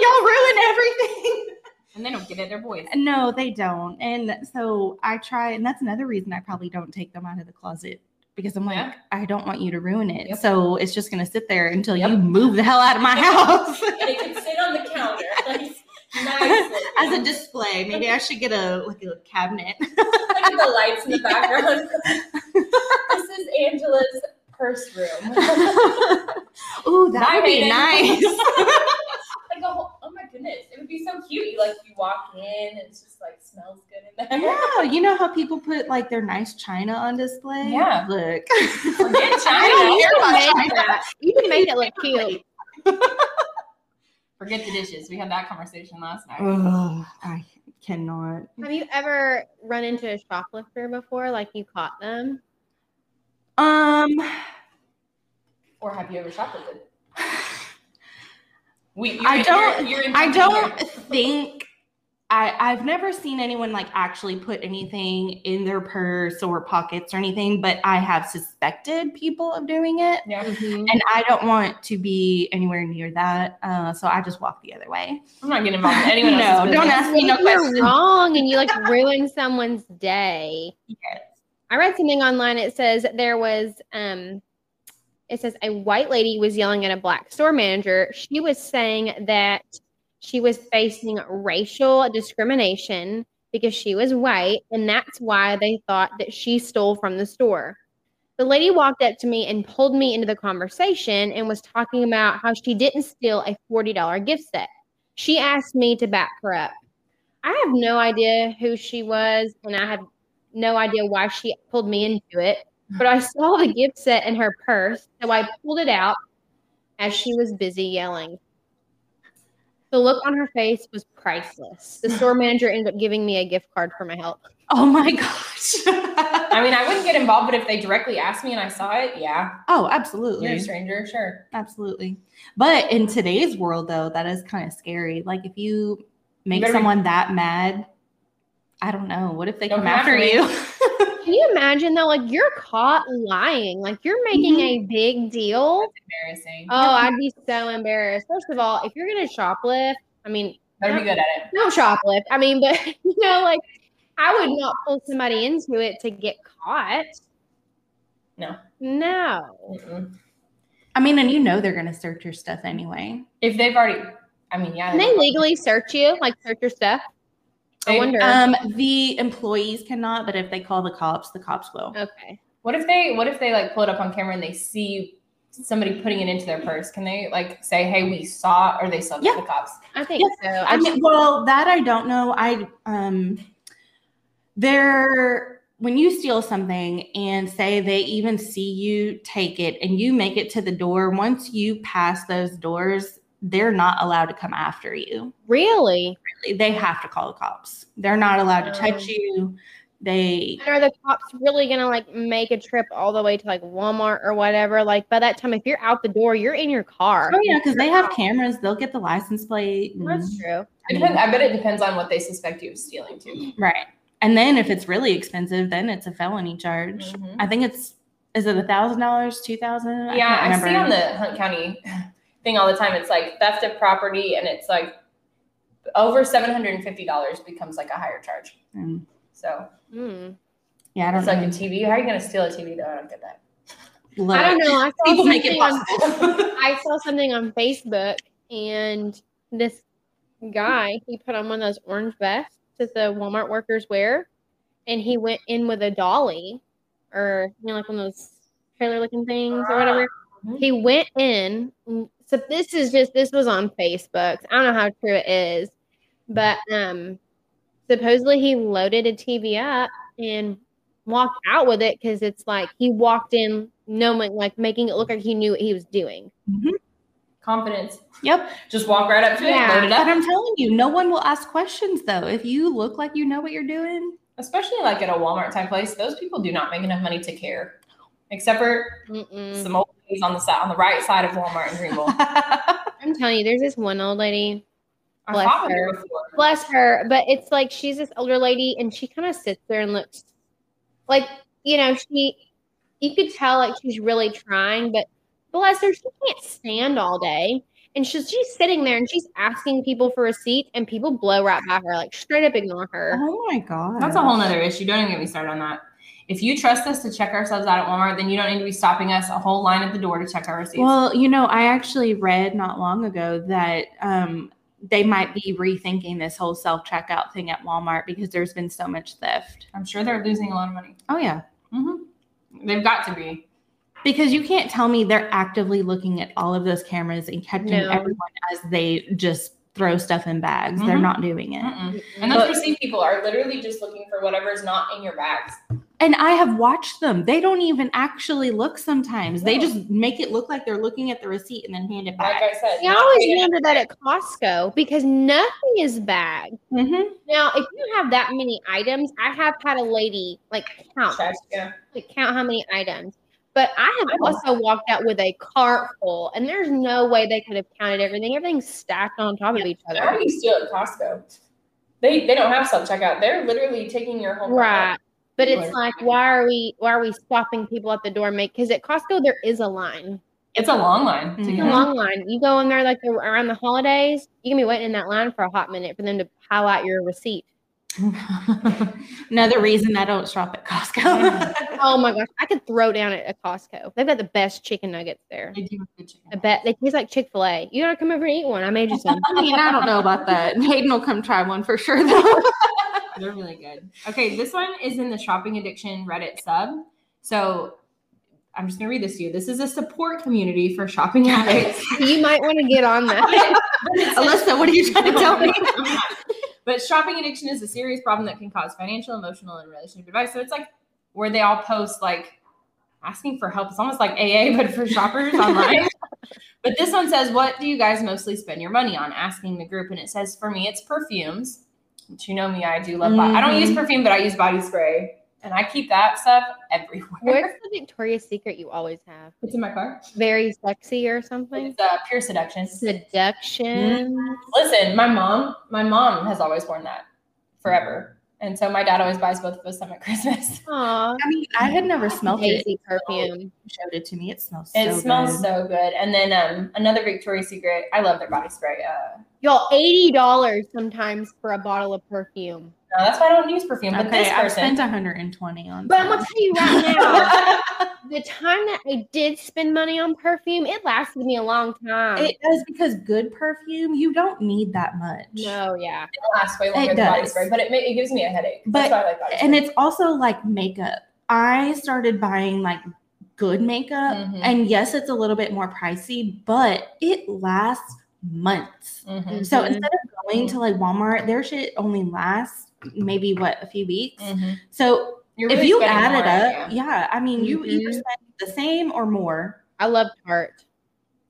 [SPEAKER 4] Y'all ruin everything.
[SPEAKER 5] And they don't get it. They're boys.
[SPEAKER 4] No, they don't. And so I try, and that's another reason I probably don't take them out of the closet because I'm like,
[SPEAKER 5] Yeah.
[SPEAKER 4] I don't want you to ruin it.
[SPEAKER 5] Yep.
[SPEAKER 4] So it's just going to sit there until you
[SPEAKER 5] Yep.
[SPEAKER 4] move the hell out of my house
[SPEAKER 5] and it can sit on the counter like, nicely.
[SPEAKER 4] as a display. Maybe I should get a like a cabinet.
[SPEAKER 5] Look at the lights in the background. this is Angela's purse room.
[SPEAKER 4] Ooh, that
[SPEAKER 5] I
[SPEAKER 4] would be
[SPEAKER 5] hate it.
[SPEAKER 4] nice.
[SPEAKER 5] like a whole, oh my goodness, it would be so cute. You like you walk in, and it's just like smells good in there.
[SPEAKER 4] yeah, you know how people put like their nice china on display?
[SPEAKER 5] Yeah.
[SPEAKER 4] Look.
[SPEAKER 5] Forget
[SPEAKER 4] I
[SPEAKER 5] China.
[SPEAKER 4] don't care
[SPEAKER 3] You can
[SPEAKER 4] about
[SPEAKER 3] make
[SPEAKER 4] china.
[SPEAKER 3] that. You can make it look cute.
[SPEAKER 5] Forget the dishes. We had that conversation last night.
[SPEAKER 4] Ugh, I cannot.
[SPEAKER 3] Have you ever run into a shoplifter before? Like you caught them?
[SPEAKER 4] Um
[SPEAKER 5] Or have you ever shoplifted? We, you're
[SPEAKER 4] I
[SPEAKER 5] in-
[SPEAKER 4] don't-
[SPEAKER 5] You're, you're in
[SPEAKER 4] I
[SPEAKER 5] company
[SPEAKER 4] don't
[SPEAKER 5] here.
[SPEAKER 4] think I I've never seen anyone like actually put anything in their purse or pockets or anything, but I have suspected people of doing it.
[SPEAKER 5] Yeah.
[SPEAKER 4] And I don't want to be anywhere near that. Uh, so I just walk the other way.
[SPEAKER 5] I'm not getting involved in anyone else's
[SPEAKER 4] No,
[SPEAKER 5] business.
[SPEAKER 4] don't ask me no
[SPEAKER 3] If you're
[SPEAKER 4] questions.
[SPEAKER 3] wrong and you like ruin someone's day. I read something online. It says there was um it says a white lady was yelling at a black store manager. She was saying that she was facing racial discrimination because she was white, and that's why they thought that she stole from the store. The lady walked up to me and pulled me into the conversation and was talking about how she didn't steal a $40 gift set. She asked me to back her up. I have no idea who she was, and I have no idea why she pulled me into it. But I saw the gift set in her purse, so I pulled it out as she was busy yelling. The look on her face was priceless. The store manager ended up giving me a gift card for my help.
[SPEAKER 4] Oh my gosh.
[SPEAKER 5] I mean, I wouldn't get involved, but if they directly asked me and I saw it, yeah,
[SPEAKER 4] oh,
[SPEAKER 5] you're a
[SPEAKER 4] absolutely.
[SPEAKER 5] stranger, sure.
[SPEAKER 4] Absolutely. But in today's world though, that is kind of scary. Like if you make
[SPEAKER 5] better be-
[SPEAKER 4] someone that mad, I don't know. What if they
[SPEAKER 5] Don't
[SPEAKER 4] come
[SPEAKER 5] come
[SPEAKER 4] after
[SPEAKER 5] after me.
[SPEAKER 4] you?
[SPEAKER 3] Can you imagine though? Like you're caught lying. Like you're making a big deal.
[SPEAKER 5] Embarrassing.
[SPEAKER 3] Oh, I'd be so embarrassed. First of all, if you're gonna shoplift, I mean,
[SPEAKER 5] Better be good at it.
[SPEAKER 3] no shoplift. I mean, but you know, like I would not pull somebody into it to get caught.
[SPEAKER 5] No.
[SPEAKER 3] No.
[SPEAKER 5] Mm-mm.
[SPEAKER 4] I mean, and you know they're gonna search your stuff anyway.
[SPEAKER 5] If they've already, I mean, yeah.
[SPEAKER 3] Can they legally search you? Like search your stuff? I
[SPEAKER 5] They-
[SPEAKER 3] wonder.
[SPEAKER 4] Um, the employees cannot, but if they call the cops, the cops will.
[SPEAKER 3] okay.
[SPEAKER 5] What if they what if they like pull it up on camera and they see somebody putting it into their purse? Can they like say, "Hey, we saw," or they saw it to
[SPEAKER 4] Yeah.
[SPEAKER 5] the cops?
[SPEAKER 3] I think
[SPEAKER 4] Yes,
[SPEAKER 3] so.
[SPEAKER 4] I mean, well, that I don't know. I um, there when you steal something and say they even see you take it and you make it to the door. Once you pass those doors, they're not allowed to come after you.
[SPEAKER 3] really?
[SPEAKER 4] They have to call the cops. They're not allowed to touch
[SPEAKER 5] Oh.
[SPEAKER 3] Um.
[SPEAKER 4] you. They
[SPEAKER 3] And are the cops really gonna like make a trip all the way to like Walmart or whatever? Like by that time, if you're out the door, you're in your car.
[SPEAKER 4] oh yeah, because they have cameras. They'll get the license plate. and-
[SPEAKER 3] That's true.
[SPEAKER 5] It depends, I bet it depends on what they suspect you of stealing too.
[SPEAKER 4] Right. And then if it's really expensive, then it's a felony charge.
[SPEAKER 5] Mhm.
[SPEAKER 4] I think it's is it a thousand dollars, two thousand?
[SPEAKER 5] Yeah, I, see on the Hunt County thing all the time. It's like theft of property, and it's like over seven hundred and fifty dollars becomes like a higher charge.
[SPEAKER 4] Mm.
[SPEAKER 5] So
[SPEAKER 3] Mm.
[SPEAKER 4] Yeah, I don't
[SPEAKER 5] it's like a
[SPEAKER 4] know.
[SPEAKER 5] TV. How are you gonna steal a TV though? I don't get that.
[SPEAKER 4] Look,
[SPEAKER 3] I don't know. I saw
[SPEAKER 4] People make it
[SPEAKER 3] something on-
[SPEAKER 4] possible.
[SPEAKER 3] I saw something on Facebook, and this guy he put on one of those orange vests that the Walmart workers wear, and he went in with a dolly, or you know, like one of those trailer-looking things or whatever. He went in. So this is just this was on Facebook. I don't know how true it is, but um, supposedly he loaded a TV up and walked out with it because it's like he walked in knowing, like making it look like he knew what he was doing.
[SPEAKER 5] Confidence.
[SPEAKER 4] yep.
[SPEAKER 5] Just walk right up to
[SPEAKER 3] Yeah.
[SPEAKER 5] it, load it
[SPEAKER 4] But
[SPEAKER 5] up.
[SPEAKER 4] I'm telling you, no one will ask questions though. If you look like you know what you're doing,
[SPEAKER 5] Especially like at a Walmart type place, those people do not make enough money to care, except for
[SPEAKER 3] Mm-mm.
[SPEAKER 5] some old ladies on the side on the right side of Walmart in Greenville.
[SPEAKER 3] I'm telling you, there's this one old lady.
[SPEAKER 5] I
[SPEAKER 3] Bless
[SPEAKER 5] saw them
[SPEAKER 3] her.
[SPEAKER 5] before.
[SPEAKER 3] Bless her, but it's like she's this older lady, and she kind of sits there and looks Like, you know, she, you could tell like she's really trying, but bless her, she can't stand all day. And she's, she's sitting there and she's asking people for a seat, and people blow right by her, like straight up ignore her.
[SPEAKER 4] Oh my god.
[SPEAKER 5] That's a whole nother issue. Don't even get me started on that. If you trust us to check ourselves out at Walmart, then you don't need to be stopping us a whole line at the door to check our receipts.
[SPEAKER 4] Well, you know, I actually read not long ago that um, they might be rethinking this whole self checkout thing at Walmart because there's been so much theft.
[SPEAKER 5] I'm sure they're losing a lot of money.
[SPEAKER 4] Oh, yeah.
[SPEAKER 5] Mm-hmm. They've got to be.
[SPEAKER 4] Because you can't tell me they're actively looking at all of those cameras and catching
[SPEAKER 3] No.
[SPEAKER 4] everyone as they just throw stuff in bags. They're
[SPEAKER 5] Mhm.
[SPEAKER 4] not doing it.
[SPEAKER 5] Mm-mm. And those receipt people are literally just looking for whatever is not in your bags.
[SPEAKER 4] And I have watched them. They don't even actually look sometimes. They
[SPEAKER 5] No.
[SPEAKER 4] just make it look like they're looking at the receipt and then hand it
[SPEAKER 5] Like
[SPEAKER 4] back.
[SPEAKER 5] I said,
[SPEAKER 3] I always wonder that at Costco because nothing is bagged.
[SPEAKER 4] Mhm.
[SPEAKER 3] Now, if you have that many items, I have had a lady like count,
[SPEAKER 5] Trash, yeah.
[SPEAKER 3] like, count how many items. But I have also walked out with a cart full, and there's no way they could have counted everything. Everything's stacked on top of each
[SPEAKER 5] How
[SPEAKER 3] other.
[SPEAKER 5] do you steal at Costco? They they don't have self checkout. They're literally taking your whole
[SPEAKER 3] Right. But it's
[SPEAKER 5] Right.
[SPEAKER 3] like, why are we why are we stopping people at the door? Make because at Costco there is a line,
[SPEAKER 5] It's a long line. to
[SPEAKER 4] Mhm.
[SPEAKER 3] It's
[SPEAKER 5] get
[SPEAKER 3] a
[SPEAKER 5] in.
[SPEAKER 3] long line. You go in there like the, around the holidays, you can be waiting in that line for a hot minute for them to highlight your receipt.
[SPEAKER 4] Mm-hmm. Another reason I don't shop at Costco.
[SPEAKER 3] Oh my gosh, I could throw down at a Costco. They've got the best chicken nuggets there.
[SPEAKER 5] They do have good chicken.
[SPEAKER 3] I bet they taste like Chick Fil A. You gotta come over and eat one. I made you some.
[SPEAKER 4] I mean, I don't know about that. Hayden will come try one for sure, though.
[SPEAKER 5] They're really good. Okay, this one is in the shopping addiction Reddit sub. So I'm just gonna read this to you. This is a support community for shopping addicts.
[SPEAKER 3] you might want to get on that.
[SPEAKER 4] Alyssa, what are you trying to tell me?
[SPEAKER 5] but shopping addiction is a serious problem that can cause financial, emotional, and relationship advice. So it's like where they all post like asking for help. It's almost like AA, but for shoppers online. but this one says, What do you guys mostly spend your money on? Asking the group. And it says, For me, it's perfumes, which you know me, I do love. bo- I don't use
[SPEAKER 4] Mhm.
[SPEAKER 5] perfume, but I use body spray. And I keep that stuff everywhere.
[SPEAKER 3] Where's the Victoria's Secret you always have?
[SPEAKER 5] It's in my car.
[SPEAKER 3] Very sexy or something?
[SPEAKER 5] It's uh, pure seduction.
[SPEAKER 3] Seduction.
[SPEAKER 5] Listen, my mom, my mom has always worn that forever. And so my dad always buys both of us some at Christmas.
[SPEAKER 3] Aw,
[SPEAKER 4] I mean, I had never smelled it.
[SPEAKER 3] hazy perfume.
[SPEAKER 4] You showed it to me. It smells.
[SPEAKER 5] It
[SPEAKER 4] so
[SPEAKER 5] smells
[SPEAKER 4] good.
[SPEAKER 5] so good. And then um, another Victoria's Secret. I love their body spray. Uh,
[SPEAKER 3] Y'all, eighty dollars sometimes for a bottle of perfume.
[SPEAKER 5] no, that's why I don't use perfume. But
[SPEAKER 4] okay,
[SPEAKER 5] this
[SPEAKER 4] I
[SPEAKER 5] person,
[SPEAKER 4] spent 120 on.
[SPEAKER 3] But I'm gonna
[SPEAKER 4] some.
[SPEAKER 3] tell you right now, the time that I did spend money on perfume, it lasted me a long time.
[SPEAKER 4] it does because good perfume you don't need that much.
[SPEAKER 3] no, Oh, yeah.
[SPEAKER 5] it lasts way longer
[SPEAKER 4] It
[SPEAKER 5] than body
[SPEAKER 4] does.
[SPEAKER 5] spray, but it ma- it gives me a headache. that's
[SPEAKER 4] But-
[SPEAKER 5] why I like body spray.
[SPEAKER 4] and it's also like makeup. I started buying like good makeup,
[SPEAKER 5] Mhm.
[SPEAKER 4] and yes, it's a little bit more pricey, but it lasts months.
[SPEAKER 5] Mhm.
[SPEAKER 4] So
[SPEAKER 3] Mhm.
[SPEAKER 4] instead of going to like Walmart, their shit only lasts maybe what a few weeks.
[SPEAKER 5] Mhm.
[SPEAKER 4] So
[SPEAKER 5] You're
[SPEAKER 4] if
[SPEAKER 5] really
[SPEAKER 4] you
[SPEAKER 5] spending
[SPEAKER 4] add it
[SPEAKER 5] more,
[SPEAKER 4] up, yeah. Mm-hmm. I mean, you either spend the same or more.
[SPEAKER 3] I love Tarte.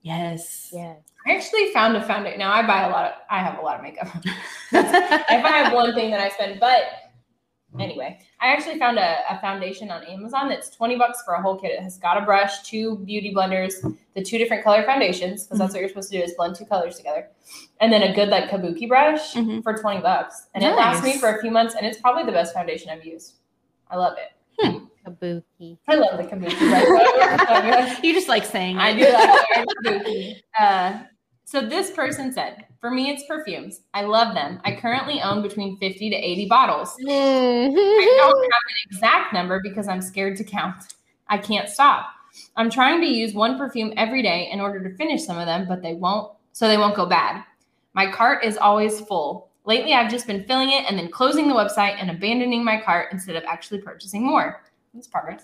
[SPEAKER 4] Yes.
[SPEAKER 3] Yes.
[SPEAKER 5] I actually found a foundation. Now I buy a lot of. I have a lot of makeup. if I have one thing that I spend, but anyway, I actually found a, a foundation on Amazon that's 20 bucks for a whole kit. It has got a brush, two beauty blenders, the two different color foundations, because that's what you're supposed to do is blend two colors together. And then a good like kabuki brush
[SPEAKER 4] Mhm.
[SPEAKER 5] for 20 bucks. And it lasts me
[SPEAKER 4] Nice.
[SPEAKER 5] for a few months and it's probably the best foundation I've used. I love it.
[SPEAKER 3] Kabuki.
[SPEAKER 5] I love the kabuki brush.
[SPEAKER 4] you just like saying
[SPEAKER 5] I
[SPEAKER 4] it.
[SPEAKER 5] do like kabuki. Uh, so this person said, for me, it's perfumes. I love them. I currently own between 50 to 80 bottles.
[SPEAKER 3] Mm-hmm.
[SPEAKER 5] I don't have an exact number because I'm scared to count. I can't stop. I'm trying to use one perfume every day in order to finish some of them, but they won't, so they won't go bad. My cart is always full. Lately, I've just been filling it and then closing the website and abandoning my cart instead of actually purchasing more. That's progress.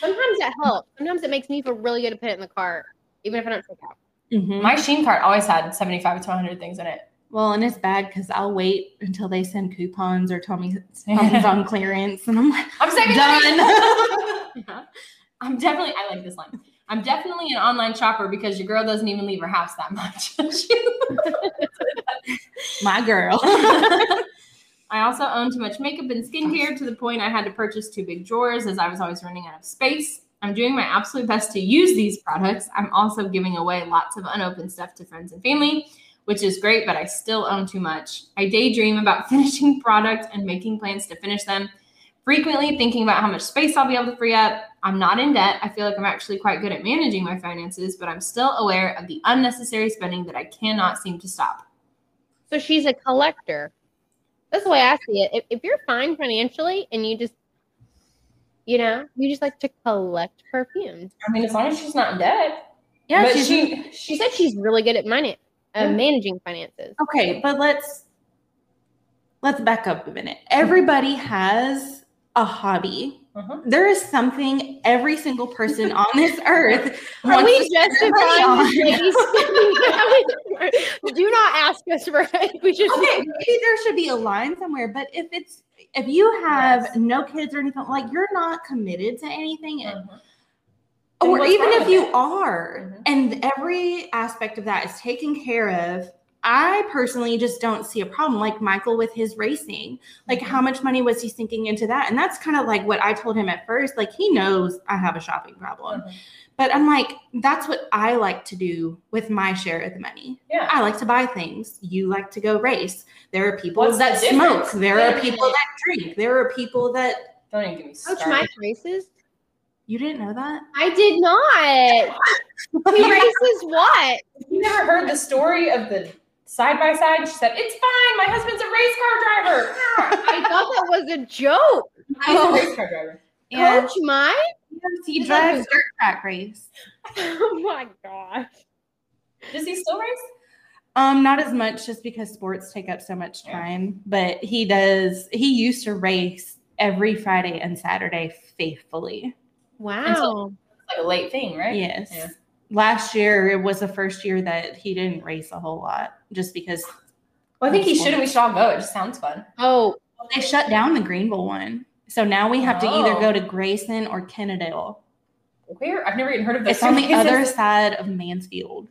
[SPEAKER 3] Sometimes it helps. Sometimes it makes me feel really good to put it in the cart, even if I don't check out.
[SPEAKER 4] Mhm.
[SPEAKER 5] My Sheen cart always had 75 to 100 things in it.
[SPEAKER 4] Well, and it's bad because I'll wait until they send coupons or tell me something's on clearance, and I'm like,
[SPEAKER 5] I'm saving
[SPEAKER 4] Done.
[SPEAKER 5] money. I'm definitely. I like this line. I'm definitely an online shopper because your girl doesn't even leave her house that much.
[SPEAKER 4] my girl.
[SPEAKER 5] I also own too much makeup and skincare to the point I had to purchase two big drawers as I was always running out of space. I'm doing my absolute best to use these products. I'm also giving away lots of unopened stuff to friends and family, which is great, but I still own too much. I daydream about finishing products and making plans to finish them. frequently thinking about how much space I'll be able to free up. I'm not in debt. I feel like I'm actually quite good at managing my finances, but I'm still aware of the unnecessary spending that I cannot seem to stop.
[SPEAKER 3] So she's a collector. That's the way I see it. If, if you're fine financially and you just, you know, you just like to collect perfumes.
[SPEAKER 5] I mean, as long as she's not in debt.
[SPEAKER 4] Yeah,
[SPEAKER 5] but
[SPEAKER 4] she's
[SPEAKER 5] she,
[SPEAKER 3] She said she's really good at money, uh,
[SPEAKER 4] Yeah.
[SPEAKER 3] managing finances.
[SPEAKER 4] okay, but let's let's back up a minute. Everybody has a hobby.
[SPEAKER 5] Mhm.
[SPEAKER 4] There is something every single person on this earth
[SPEAKER 3] Are
[SPEAKER 4] wants
[SPEAKER 3] we
[SPEAKER 4] to spend their money
[SPEAKER 3] justifying
[SPEAKER 4] on.
[SPEAKER 3] this lady's spending? Do not ask us for it. We should.
[SPEAKER 4] okay, maybe there should be a line somewhere, but if it's if you have
[SPEAKER 5] Yes.
[SPEAKER 4] no kids or anything, like you're not committed to anything, and-
[SPEAKER 5] Then
[SPEAKER 4] or
[SPEAKER 5] Uh-huh. what's
[SPEAKER 4] even
[SPEAKER 5] wrong
[SPEAKER 4] if
[SPEAKER 5] with
[SPEAKER 4] you
[SPEAKER 5] it?
[SPEAKER 4] are,
[SPEAKER 5] Mhm.
[SPEAKER 4] and every aspect of that is taken care of. I personally just don't see a problem. Like Michael with his racing, like
[SPEAKER 5] Mm-hmm.
[SPEAKER 4] how much money was he sinking into that? And that's kind of like what I told him at first. Like he knows I have a shopping problem,
[SPEAKER 5] Mhm.
[SPEAKER 4] but I'm like, that's what I like to do with my share of the money.
[SPEAKER 5] Yeah.
[SPEAKER 4] I like to buy things. You like to go race. There are people
[SPEAKER 5] What's the
[SPEAKER 4] that
[SPEAKER 5] difference?
[SPEAKER 4] smoke. There
[SPEAKER 5] Wait
[SPEAKER 4] are
[SPEAKER 5] a
[SPEAKER 4] people
[SPEAKER 5] minute.
[SPEAKER 4] that drink. There are people that
[SPEAKER 5] Don't even get me
[SPEAKER 3] Coach
[SPEAKER 5] started.
[SPEAKER 3] Mike races.
[SPEAKER 4] you didn't know that.
[SPEAKER 3] I did not. He races what?
[SPEAKER 5] You never heard the story of the side by side? She said, It's fine. My husband's a race car driver.
[SPEAKER 3] I thought that was a joke.
[SPEAKER 5] He's a race car driver.
[SPEAKER 2] Yeah.
[SPEAKER 3] Coach Mike.
[SPEAKER 4] He
[SPEAKER 3] Is that
[SPEAKER 4] drives dirt track race.
[SPEAKER 3] Oh my gosh.
[SPEAKER 5] Does he still race?
[SPEAKER 4] Um, not as much just because sports take up so much
[SPEAKER 5] Yeah.
[SPEAKER 4] time, but he does. He used to race every Friday and Saturday faithfully.
[SPEAKER 3] Wow.
[SPEAKER 5] It's like a late thing, right?
[SPEAKER 4] Yes.
[SPEAKER 5] Yeah.
[SPEAKER 4] Last year it was the first year that he didn't race a whole lot, just because
[SPEAKER 5] Well, I think he should and we should all go. It just sounds fun.
[SPEAKER 3] Oh,
[SPEAKER 4] they shut down the Greenville one. So now we have to
[SPEAKER 5] Oh.
[SPEAKER 4] either go to Grayson or Kennedale.
[SPEAKER 5] Where? I've never even heard of this.
[SPEAKER 4] It's on the other side of Mansfield.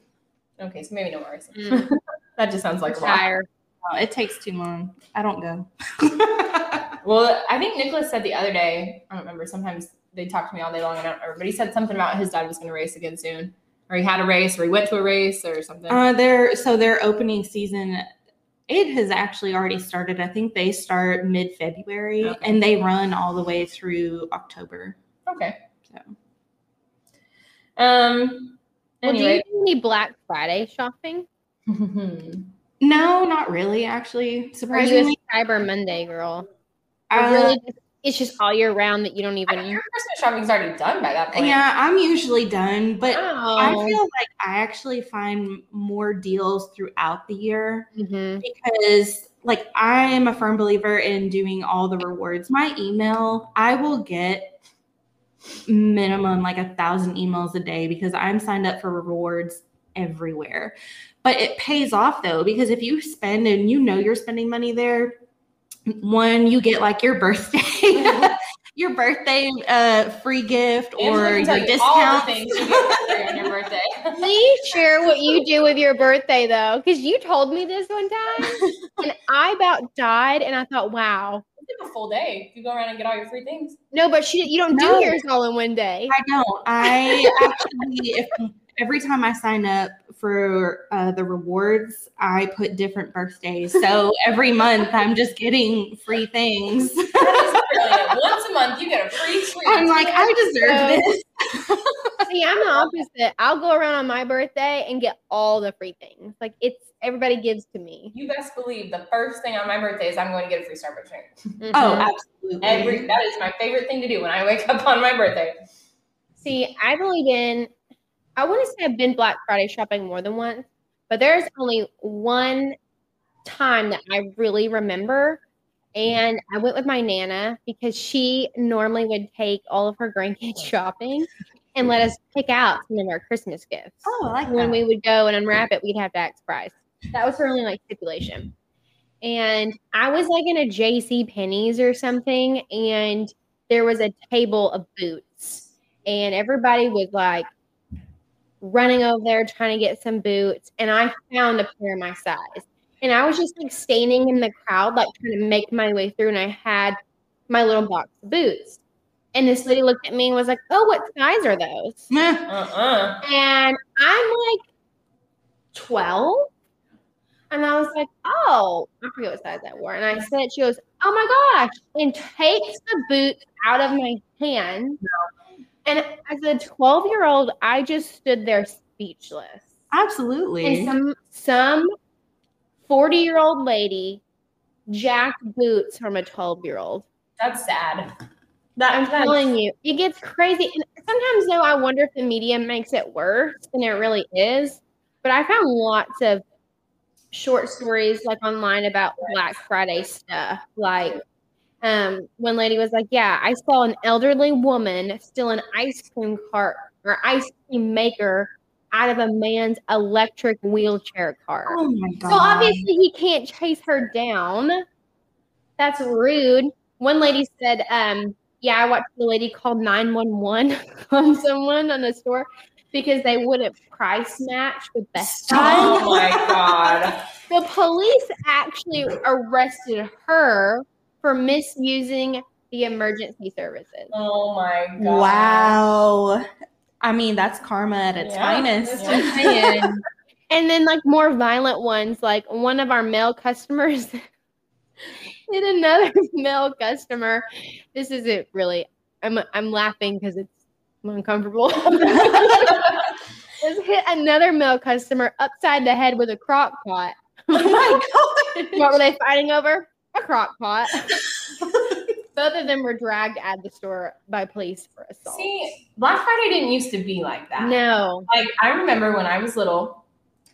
[SPEAKER 5] Okay, so maybe no more racing.
[SPEAKER 3] mm,
[SPEAKER 5] That just sounds like a lot.
[SPEAKER 3] tire.
[SPEAKER 4] Oh, it takes too long. I don't go.
[SPEAKER 5] Well, I think Nicholas said the other day, I don't remember, sometimes they talk to me all day long and I don't remember, but he said something about his dad was going to race again soon. Or he had a race, or he went to a race, or something.
[SPEAKER 4] uh, their so their opening season, it has actually already started. I think they start mid February
[SPEAKER 5] Okay.
[SPEAKER 4] and they run all the way through October.
[SPEAKER 5] okay.
[SPEAKER 4] So.
[SPEAKER 5] Um.
[SPEAKER 3] Well, do
[SPEAKER 5] Anyway.
[SPEAKER 3] you do any Black Friday shopping?
[SPEAKER 4] No, not really. Actually,
[SPEAKER 3] Are you
[SPEAKER 4] surprisingly, Uh,
[SPEAKER 3] a Cyber Monday girl? Or
[SPEAKER 4] I
[SPEAKER 3] really, just- it's just all year round that you don't
[SPEAKER 5] I
[SPEAKER 3] even.
[SPEAKER 5] mean, your Christmas shopping's already done by that point.
[SPEAKER 4] yeah, I'm usually done, but I
[SPEAKER 3] Oh.
[SPEAKER 4] feel like I actually find more deals throughout the year
[SPEAKER 3] Mhm.
[SPEAKER 4] because like I am a firm believer in doing all the rewards. My email, I will get minimum like a thousand emails a day because I'm signed up for rewards everywhere. But it pays off though, because if you spend and you know you're spending money there, one, you get like your birthday.
[SPEAKER 5] Mm-hmm.
[SPEAKER 4] Your birthday uh, free gift
[SPEAKER 5] Angela
[SPEAKER 4] or
[SPEAKER 5] can
[SPEAKER 4] your
[SPEAKER 5] tell you all the
[SPEAKER 4] discount.
[SPEAKER 5] things you get for free on your birthday.
[SPEAKER 3] Please share what you do with your birthday though, because you told me this one time, and I about died, and I thought, wow.
[SPEAKER 5] It's like a full day. You go around and get all your free things.
[SPEAKER 3] No, but she, you don't
[SPEAKER 4] No.
[SPEAKER 3] do yours all in one day.
[SPEAKER 4] I don't. I actually, if, every time I sign up for uh, the rewards, I put different birthdays. So every month, I'm just getting free things.
[SPEAKER 5] That is brilliant. Once a month, you get a free treat.
[SPEAKER 4] I'm like, I deserve this.
[SPEAKER 3] See, I'm the opposite. I'll go around on my birthday and get all the free things. Like it's everybody gives to me.
[SPEAKER 5] You best believe the first thing on my birthday is I'm going to get a free Starbucks drink.
[SPEAKER 4] Oh,
[SPEAKER 3] Mhm.
[SPEAKER 4] absolutely.
[SPEAKER 5] Every that is my favorite thing to do when I wake up on my birthday.
[SPEAKER 3] See, I've only been, I want to say I've been Black Friday shopping more than once, but there's only one time that I really remember. And I went with my Nana because she normally would take all of her grandkids shopping and let us pick out some of our Christmas gifts.
[SPEAKER 4] oh, I like
[SPEAKER 3] When
[SPEAKER 4] that.
[SPEAKER 3] we would go and unwrap it, we'd have to ask price. That was her only like stipulation. And I was like in a JC Penney's or something, and there was a table of boots, and everybody was like running over there trying to get some boots. And I found a pair my size. And I was just like standing in the crowd, like trying to make my way through, and I had my little box of boots. And this lady looked at me and was like, Oh, what size are those?
[SPEAKER 4] Meh.
[SPEAKER 5] Uh-uh.
[SPEAKER 3] and I'm like 12. And I was like, oh, I forget what size I wore. And I said, she goes, oh my gosh, and takes the boot out of my hand. And as a 12 year old, I just stood there speechless.
[SPEAKER 4] Absolutely.
[SPEAKER 3] And some some 40 year old lady jacked boots from a 12 year old.
[SPEAKER 5] That's sad.
[SPEAKER 3] I'm
[SPEAKER 5] That, that's,
[SPEAKER 3] telling you, it gets crazy. And sometimes, though, I wonder if the media makes it worse than it really is. But I found lots of short stories like online about Black Friday stuff. Like, um, one lady was like, "Yeah, I saw an elderly woman steal an ice cream cart or ice cream maker out of a man's electric wheelchair cart."
[SPEAKER 4] oh my god.
[SPEAKER 3] So obviously he can't chase her down. That's rude. One lady said, um, yeah, I watched the lady call 911 on someone on a store because they wouldn't price match with Best Buy.
[SPEAKER 5] oh my god.
[SPEAKER 3] The police actually arrested her for misusing the emergency services.
[SPEAKER 5] Oh my god.
[SPEAKER 4] Wow. I mean, that's karma at its
[SPEAKER 5] Yeah.
[SPEAKER 4] finest.
[SPEAKER 5] Yeah.
[SPEAKER 3] And, and then like more violent ones, like one of our male customers hit another male customer. This isn't really. I'm I'm laughing because it's I'm uncomfortable. Just hit another male customer upside the head with a crock pot. Oh What were they fighting over? A crock pot. Both of them were dragged out of the store by police for assault.
[SPEAKER 5] See, Black Friday didn't used to be like that.
[SPEAKER 3] no.
[SPEAKER 5] Like I remember when I was little,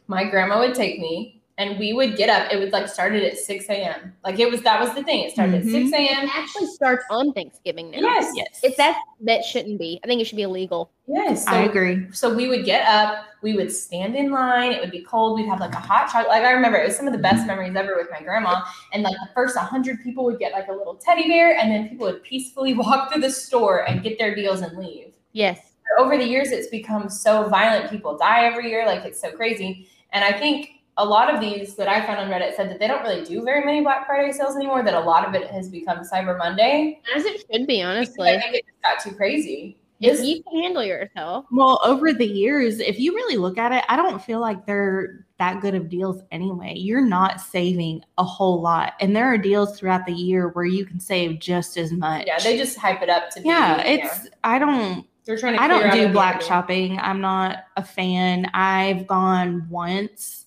[SPEAKER 5] my grandma would take me and we would get up. It was like started at 6 a.m. Like it was that was the thing. It started
[SPEAKER 4] Mhm.
[SPEAKER 5] at 6 a.m.
[SPEAKER 3] It actually starts on Thanksgiving now.
[SPEAKER 5] Yes.
[SPEAKER 4] Yes.
[SPEAKER 3] If that that shouldn't be. I think it should be illegal.
[SPEAKER 5] Yes. So,
[SPEAKER 4] I agree.
[SPEAKER 5] so we would get up, we would stand in line, it would be cold, we'd have like a hot chocolate. Like I remember it was some of the
[SPEAKER 4] Mm-hmm.
[SPEAKER 5] best memories ever with my grandma. And like the first 100 people would get like a little teddy bear and then people would peacefully walk through the store and get their deals and leave.
[SPEAKER 3] Yes.
[SPEAKER 5] over the years it's become so violent people die every year like it's so crazy and i think a lot of these that i found on reddit said that they don't really do very many black friday sales anymore that a lot of it has become cyber monday
[SPEAKER 3] As it should be,
[SPEAKER 5] Because
[SPEAKER 3] honestly.
[SPEAKER 5] i think it just got too crazy
[SPEAKER 3] If
[SPEAKER 5] This-
[SPEAKER 3] you can handle yourself.
[SPEAKER 4] Well, over the years, if you really look at it, I don't feel like they're that good of deals anyway. You're not saving a whole lot. And there are deals throughout the year where you can save just as much.
[SPEAKER 5] yeah they just hype it up to be
[SPEAKER 4] Yeah,
[SPEAKER 5] you
[SPEAKER 4] it's
[SPEAKER 5] know,
[SPEAKER 4] I don't
[SPEAKER 5] they're trying to
[SPEAKER 4] I don't
[SPEAKER 5] clear out
[SPEAKER 4] do
[SPEAKER 5] everything.
[SPEAKER 4] black shopping. I'm not a fan. I've gone once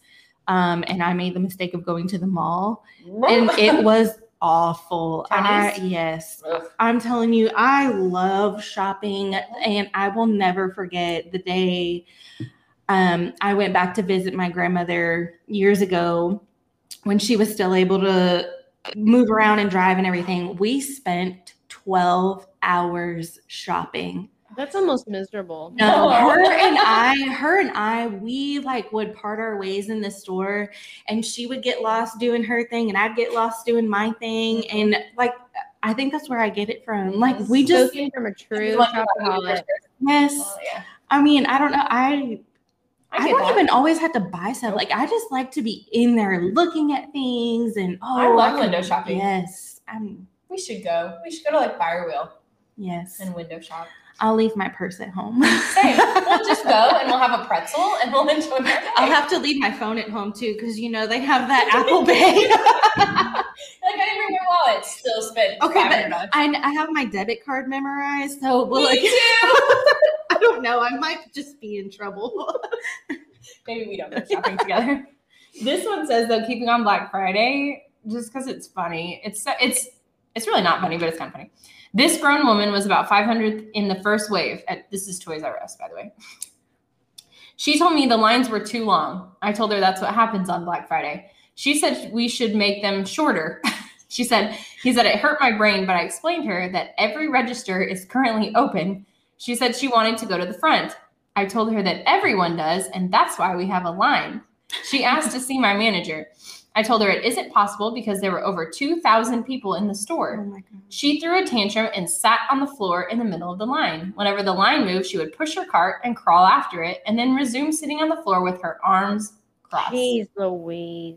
[SPEAKER 4] um and I made the mistake of going to the mall and it was awful. I,
[SPEAKER 5] Tony's?
[SPEAKER 4] yes.
[SPEAKER 5] Ugh.
[SPEAKER 4] I'm telling you, I love shopping, and I will never forget the day um, I went back to visit my grandmother years ago when she was still able to move around and drive and everything. We spent 12 hours shopping.
[SPEAKER 3] That's almost miserable.
[SPEAKER 4] No,
[SPEAKER 5] Oh.
[SPEAKER 4] her and I, her and I, we like would part our ways in the store, and she would get lost doing her thing, and I'd get lost doing my thing, and like I think that's where I get it from. Like we just
[SPEAKER 3] Spoken from a
[SPEAKER 5] You
[SPEAKER 3] true
[SPEAKER 5] want to buy
[SPEAKER 3] shopaholic.
[SPEAKER 5] Oh,
[SPEAKER 4] yes.
[SPEAKER 5] yeah.
[SPEAKER 4] I mean, I don't know. I
[SPEAKER 5] I,
[SPEAKER 4] I
[SPEAKER 5] get
[SPEAKER 4] don't
[SPEAKER 5] that.
[SPEAKER 4] even always have to buy stuff. Like I just like to be in there looking at things, and oh,
[SPEAKER 5] I love
[SPEAKER 4] can-
[SPEAKER 5] window shopping.
[SPEAKER 4] Yes, I'm.
[SPEAKER 5] We should go. We should go to like Fire Wheel
[SPEAKER 4] Yes,
[SPEAKER 5] and window shop.
[SPEAKER 4] I'll leave my purse at home.
[SPEAKER 5] Same. we'll just go and we'll have a pretzel and we'll enjoy our day.
[SPEAKER 4] I'll have to leave my phone at home too, because you know they have that Apple Pay.
[SPEAKER 5] Like I didn't bring my wallet. Still spent.
[SPEAKER 4] Okay, but
[SPEAKER 5] $500.
[SPEAKER 4] I, I have my debit card memorized, so
[SPEAKER 5] Me
[SPEAKER 4] will like,
[SPEAKER 5] too.
[SPEAKER 4] I don't know. I might just be in trouble.
[SPEAKER 5] Maybe we don't go shopping together. This one says though, keeping on Black Friday, just because it's funny. It's it's it's really not funny, but it's kind of funny. This grown woman was about 500th in the first wave. At, this is Toys R Us, by the way. She told me the lines were too long. I told her that's what happens on Black Friday. She said we should make them shorter. she said, he said, it hurt my brain, but I explained to her that every register is currently open. She said she wanted to go to the front. I told her that everyone does, and that's why we have a line. She asked to see my manager. I told her it isn't possible because there were over 2,000 people in the store.
[SPEAKER 4] Oh my god.
[SPEAKER 5] She threw a tantrum and sat on the floor in the middle of the line. Whenever the line moved, she would push her cart and crawl after it and then resume sitting on the floor with her arms crossed.
[SPEAKER 3] Jeez Louise.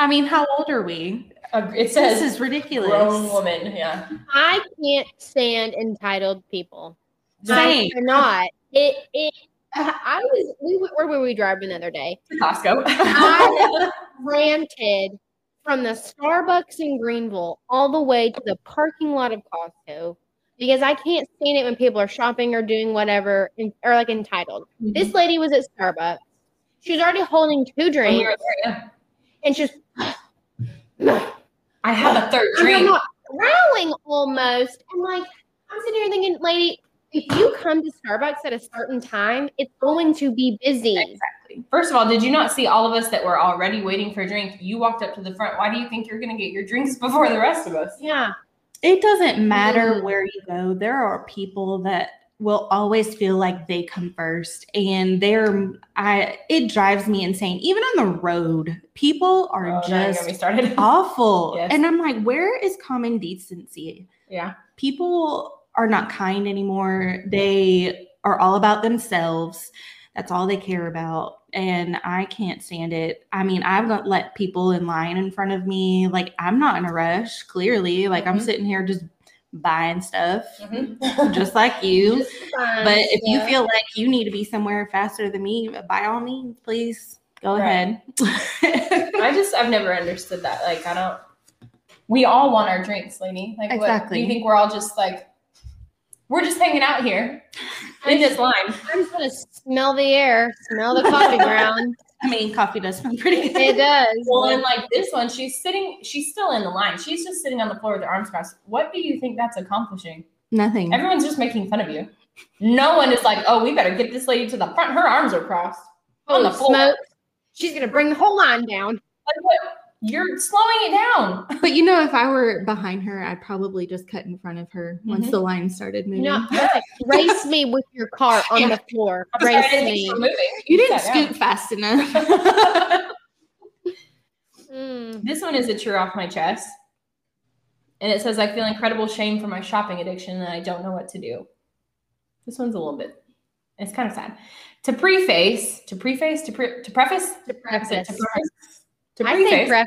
[SPEAKER 4] I mean, how old are we?
[SPEAKER 5] Uh, It
[SPEAKER 4] This
[SPEAKER 5] says
[SPEAKER 4] is ridiculous.
[SPEAKER 5] grown woman. Yeah.
[SPEAKER 3] I can't stand entitled people. I
[SPEAKER 4] Same.
[SPEAKER 3] cannot. It it I was. We w- where were we driving the other day?
[SPEAKER 5] Costco.
[SPEAKER 3] I ranted from the Starbucks in Greenville all the way to the parking lot of Costco because I can't stand it when people are shopping or doing whatever and, or like entitled. This lady was at Starbucks. She was already holding two
[SPEAKER 5] When
[SPEAKER 3] drinks
[SPEAKER 5] you're there, yeah.
[SPEAKER 3] and she's
[SPEAKER 5] I have a third
[SPEAKER 3] I'm
[SPEAKER 5] drink.
[SPEAKER 3] like growling almost. And like, I'm sitting here thinking, lady, if you come to Starbucks at a certain time, it's going to be busy.
[SPEAKER 5] First of all, did you not see all of us that were already waiting for a drink? You walked up to the front. Why do you think you're going to get your drinks before the rest of us?
[SPEAKER 3] Yeah.
[SPEAKER 4] It doesn't matter
[SPEAKER 3] Mm.
[SPEAKER 4] where you go. There are people that will always feel like they come first and they're I it drives me insane. Even on the road, people
[SPEAKER 5] Oh,
[SPEAKER 4] are
[SPEAKER 5] now you're
[SPEAKER 4] just
[SPEAKER 5] gonna be started.
[SPEAKER 4] awful.
[SPEAKER 5] Yes.
[SPEAKER 4] And I'm like, where is common decency?
[SPEAKER 5] Yeah.
[SPEAKER 4] People are not kind anymore. They are all about themselves. That's all they care about. And I can't stand it. I mean, I won't let people in line in front of me. Like, I'm not in a rush, clearly. Like, I'm
[SPEAKER 5] Mhm.
[SPEAKER 4] sitting here just buying stuff,
[SPEAKER 5] Mhm.
[SPEAKER 4] just like you. But if you
[SPEAKER 3] Yeah.
[SPEAKER 4] feel like you need to be somewhere faster than me, by all means, please go
[SPEAKER 5] Right.
[SPEAKER 4] ahead.
[SPEAKER 5] I just I've never understood that. Like I don't. We all want our drinks, lady. Like
[SPEAKER 4] Exactly.
[SPEAKER 5] What, you think we're all just like we're just hanging out here in this line?
[SPEAKER 3] I'm just gonna smell the air, smell the coffee ground.
[SPEAKER 4] I mean, coffee does smell pretty good.
[SPEAKER 3] It does.
[SPEAKER 5] Well, and like this one, she's sitting. She's still in the line. She's just sitting on the floor with her arms crossed. What do you think that's accomplishing?
[SPEAKER 4] Nothing.
[SPEAKER 5] Everyone's just making fun of you. No one is like, oh, we better get this lady to the front. Her arms are crossed on the
[SPEAKER 3] Holy
[SPEAKER 5] floor.
[SPEAKER 3] smoke. She's gonna bring the whole line down.
[SPEAKER 5] Like what? You're slowing it down.
[SPEAKER 4] But you know, if I were behind her, I'd probably just cut in front of her once
[SPEAKER 5] Mhm.
[SPEAKER 4] the line started moving.
[SPEAKER 3] Mm-hmm. No, like, race me with your car on the floor.
[SPEAKER 5] I'm sorry, I
[SPEAKER 3] Race
[SPEAKER 5] didn't think
[SPEAKER 3] me.
[SPEAKER 5] you were moving.
[SPEAKER 4] you didn't
[SPEAKER 5] sat down.
[SPEAKER 4] scoot fast enough.
[SPEAKER 3] Mm.
[SPEAKER 5] This one is a tear off my chest. And it says, I feel incredible shame for my shopping addiction and I don't know what to do. This one's a little bit, it's kind of sad. To preface, to preface, to, pre- to preface,
[SPEAKER 3] To
[SPEAKER 5] That's it,
[SPEAKER 3] preface.
[SPEAKER 5] to preface, to
[SPEAKER 3] I say
[SPEAKER 5] preface.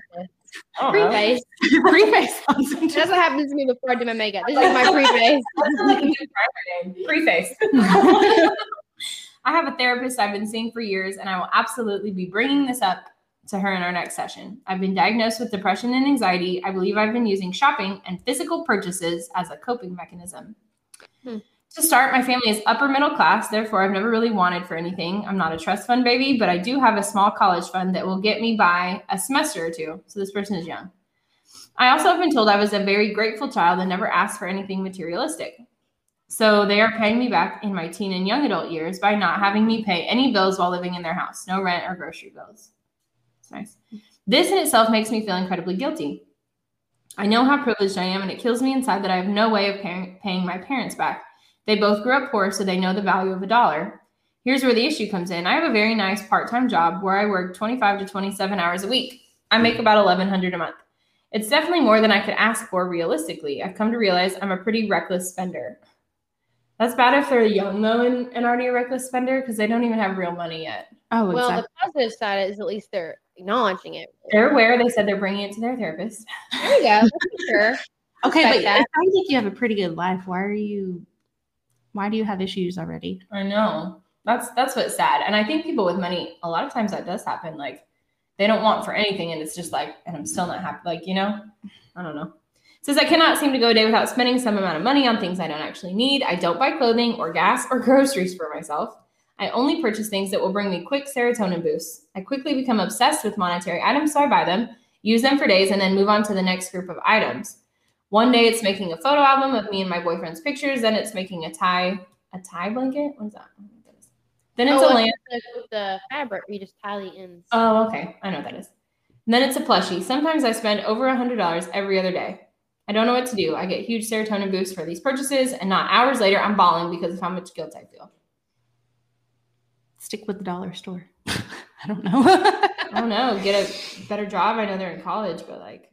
[SPEAKER 5] Uh-huh.
[SPEAKER 3] preface.
[SPEAKER 5] I don't know.
[SPEAKER 3] Preface.
[SPEAKER 4] Preface on some
[SPEAKER 3] That's what happens to me before I do my makeup. This is my preface.
[SPEAKER 5] That sounds like a good primary name. Preface. I have a therapist I've been seeing for years, and I will absolutely be bringing this up to her in our next session. I've been diagnosed with depression and anxiety. I believe I've been using shopping and physical purchases as a coping mechanism.
[SPEAKER 3] Hmm.
[SPEAKER 5] To start, my family is upper middle class, therefore, I've never really wanted for anything. I'm not a trust fund baby, but I do have a small college fund that will get me by a semester or two. So this person is young. I also have been told I was a very grateful child and never asked for anything materialistic. So they are paying me back in my teen and young adult years by not having me pay any bills while living in their house, no rent or grocery bills. It's nice. This in itself makes me feel incredibly guilty. I know how privileged I am, and it kills me inside that I have no way of pay- paying my parents back. They both grew up poor, so they know the value of a dollar. Here's where the issue comes in. I have a very nice part time job where I work 25 to 27 hours a week. I make about 1100 a month. It's definitely more than I could ask for realistically. I've come to realize I'm a pretty reckless spender. That's bad if they're young though and, and already a reckless spender because they don't even have real money yet.
[SPEAKER 4] Oh,
[SPEAKER 3] Well,
[SPEAKER 4] exactly.
[SPEAKER 3] the positive side is at least they're acknowledging it.
[SPEAKER 5] They're aware. They said they're bringing it to their therapist.
[SPEAKER 3] There you go. That's Sure.
[SPEAKER 4] okay, but
[SPEAKER 3] like
[SPEAKER 4] it
[SPEAKER 3] that.
[SPEAKER 4] sounds like you have a pretty good life. Why are you? Why do you have issues already?
[SPEAKER 5] I know. That's that's what's sad. And I think people with money, a lot of times that does happen. Like they don't want for anything, and it's just like, and I'm still not happy. Like you know, I don't know. It says I cannot seem to go a day without spending some amount of money on things I don't actually need. I don't buy clothing or gas or groceries for myself. I only purchase things that will bring me quick serotonin boosts. I quickly become obsessed with monetary items, so I buy them, use them for days, and then move on to the next group of items. One day it's making a photo album of me and my boyfriend's pictures, then it's making a tie a tie blanket. What is that? I don't know what that is. Then it's
[SPEAKER 3] Oh,
[SPEAKER 5] a
[SPEAKER 3] with
[SPEAKER 5] lamp.
[SPEAKER 3] the, with the fabric, you just tie the ends.
[SPEAKER 5] Oh, okay. I know what that is. And then it's a plushie. Sometimes I spend over a hundred dollars every other day. I don't know what to do. I get huge serotonin boosts for these purchases, and not hours later, I'm bawling because of how much guilt I feel.
[SPEAKER 4] Stick with the dollar store. I don't know.
[SPEAKER 5] I don't know. Get a better job. I know they're in college, but like,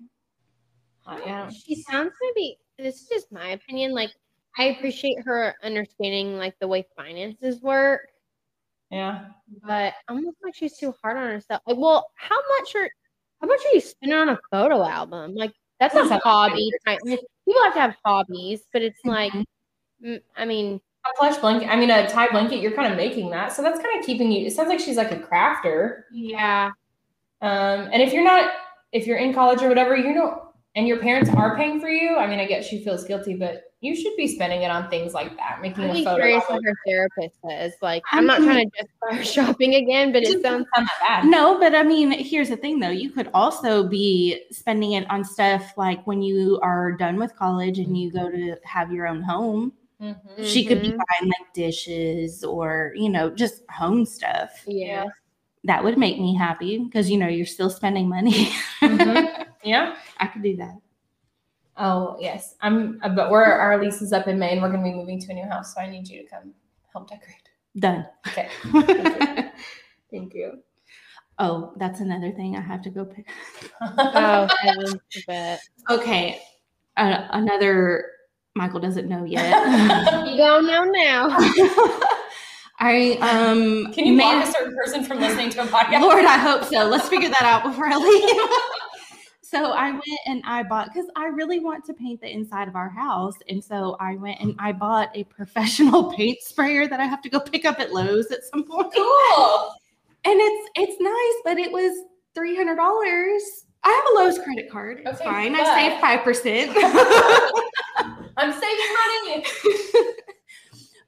[SPEAKER 5] I- yeah, I don't-
[SPEAKER 3] She sounds maybe. This is just my opinion. Like I appreciate her understanding like the way finances work,
[SPEAKER 5] yeah.
[SPEAKER 3] but almost like she's too hard on herself. Like, well, how much are how much are you spending on a photo album? Like that's a
[SPEAKER 5] That's a- Mm-hmm.
[SPEAKER 3] hobby. type- I mean, people have to have hobbies, but it's like, mm, I mean,
[SPEAKER 5] a plush blanket. I mean, a tie blanket. You're kind of making that, so that's kind of keeping you. It sounds like she's like a crafter.
[SPEAKER 2] Yeah.
[SPEAKER 5] Um, and if you're not, if you're in college or whatever, you know, and your parents are paying for you. I mean, I guess she feels guilty, but you should be spending it on things like that, making
[SPEAKER 3] I'd
[SPEAKER 5] a
[SPEAKER 3] be
[SPEAKER 5] photo.
[SPEAKER 3] curious
[SPEAKER 5] album.
[SPEAKER 3] what her therapist says. Like, I'm not trying to justify her shopping again, but it sounds
[SPEAKER 5] Not that bad.
[SPEAKER 4] No, but I mean, here's the thing though. You could also be spending it on stuff like when you are done with college and you go to have your own home.
[SPEAKER 5] Mhm.
[SPEAKER 4] She could be
[SPEAKER 3] Mm-hmm.
[SPEAKER 2] Mhm.
[SPEAKER 4] buying like dishes or, you know, just home stuff.
[SPEAKER 3] yeah.
[SPEAKER 4] That would make me happy because, you know, you're still spending money.
[SPEAKER 5] Mhm. Yeah.
[SPEAKER 4] I could do that.
[SPEAKER 5] Oh yes, I'm. uh, But we're our lease is up in May, and we're going to be moving to a new house, so I need you to come help decorate.
[SPEAKER 4] Done.
[SPEAKER 5] Okay. Thank you.
[SPEAKER 4] oh, that's another thing I have to go pick.
[SPEAKER 3] Oh, heavens to bet.
[SPEAKER 4] Okay. Uh, another Michael doesn't know yet.
[SPEAKER 3] You go now now.
[SPEAKER 4] I um
[SPEAKER 5] Can you
[SPEAKER 4] may-
[SPEAKER 5] block a certain person from listening to a podcast?
[SPEAKER 4] Lord, I hope so. Let's figure that out before I leave. so I went and I bought because I really want to paint the inside of our house. And so I went and I bought a professional paint sprayer that I have to go pick up at Lowe's at some point.
[SPEAKER 5] Cool.
[SPEAKER 4] And it's it's nice, but it was three hundred dollars. I have a Lowe's credit card. It's
[SPEAKER 5] Okay,
[SPEAKER 4] fine.
[SPEAKER 5] but-
[SPEAKER 4] I saved five percent.
[SPEAKER 5] I'm saving money.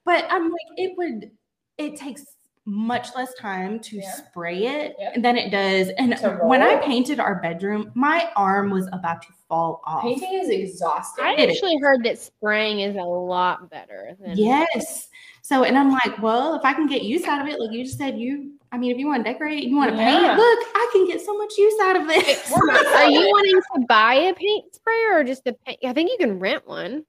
[SPEAKER 4] but I'm like, it would, it takes much less time to
[SPEAKER 5] Yeah.
[SPEAKER 4] spray it
[SPEAKER 5] Yep.
[SPEAKER 4] than it does. And
[SPEAKER 5] To
[SPEAKER 4] when I
[SPEAKER 5] roll.
[SPEAKER 4] painted our bedroom, my arm was about to fall off.
[SPEAKER 5] Painting is exhausting.
[SPEAKER 3] I
[SPEAKER 4] Did it.
[SPEAKER 3] actually heard that spraying is a lot better than
[SPEAKER 4] Yes. So, and I'm like, well, if I can get use out of it, like you just said, you, I mean, if you want to decorate, you want to
[SPEAKER 5] Yeah.
[SPEAKER 4] paint, look, I can get so much use out of this.
[SPEAKER 5] We're not
[SPEAKER 3] Are
[SPEAKER 5] selling
[SPEAKER 3] you
[SPEAKER 5] it.
[SPEAKER 3] wanting to buy a paint sprayer or just a paint? I think you can rent one.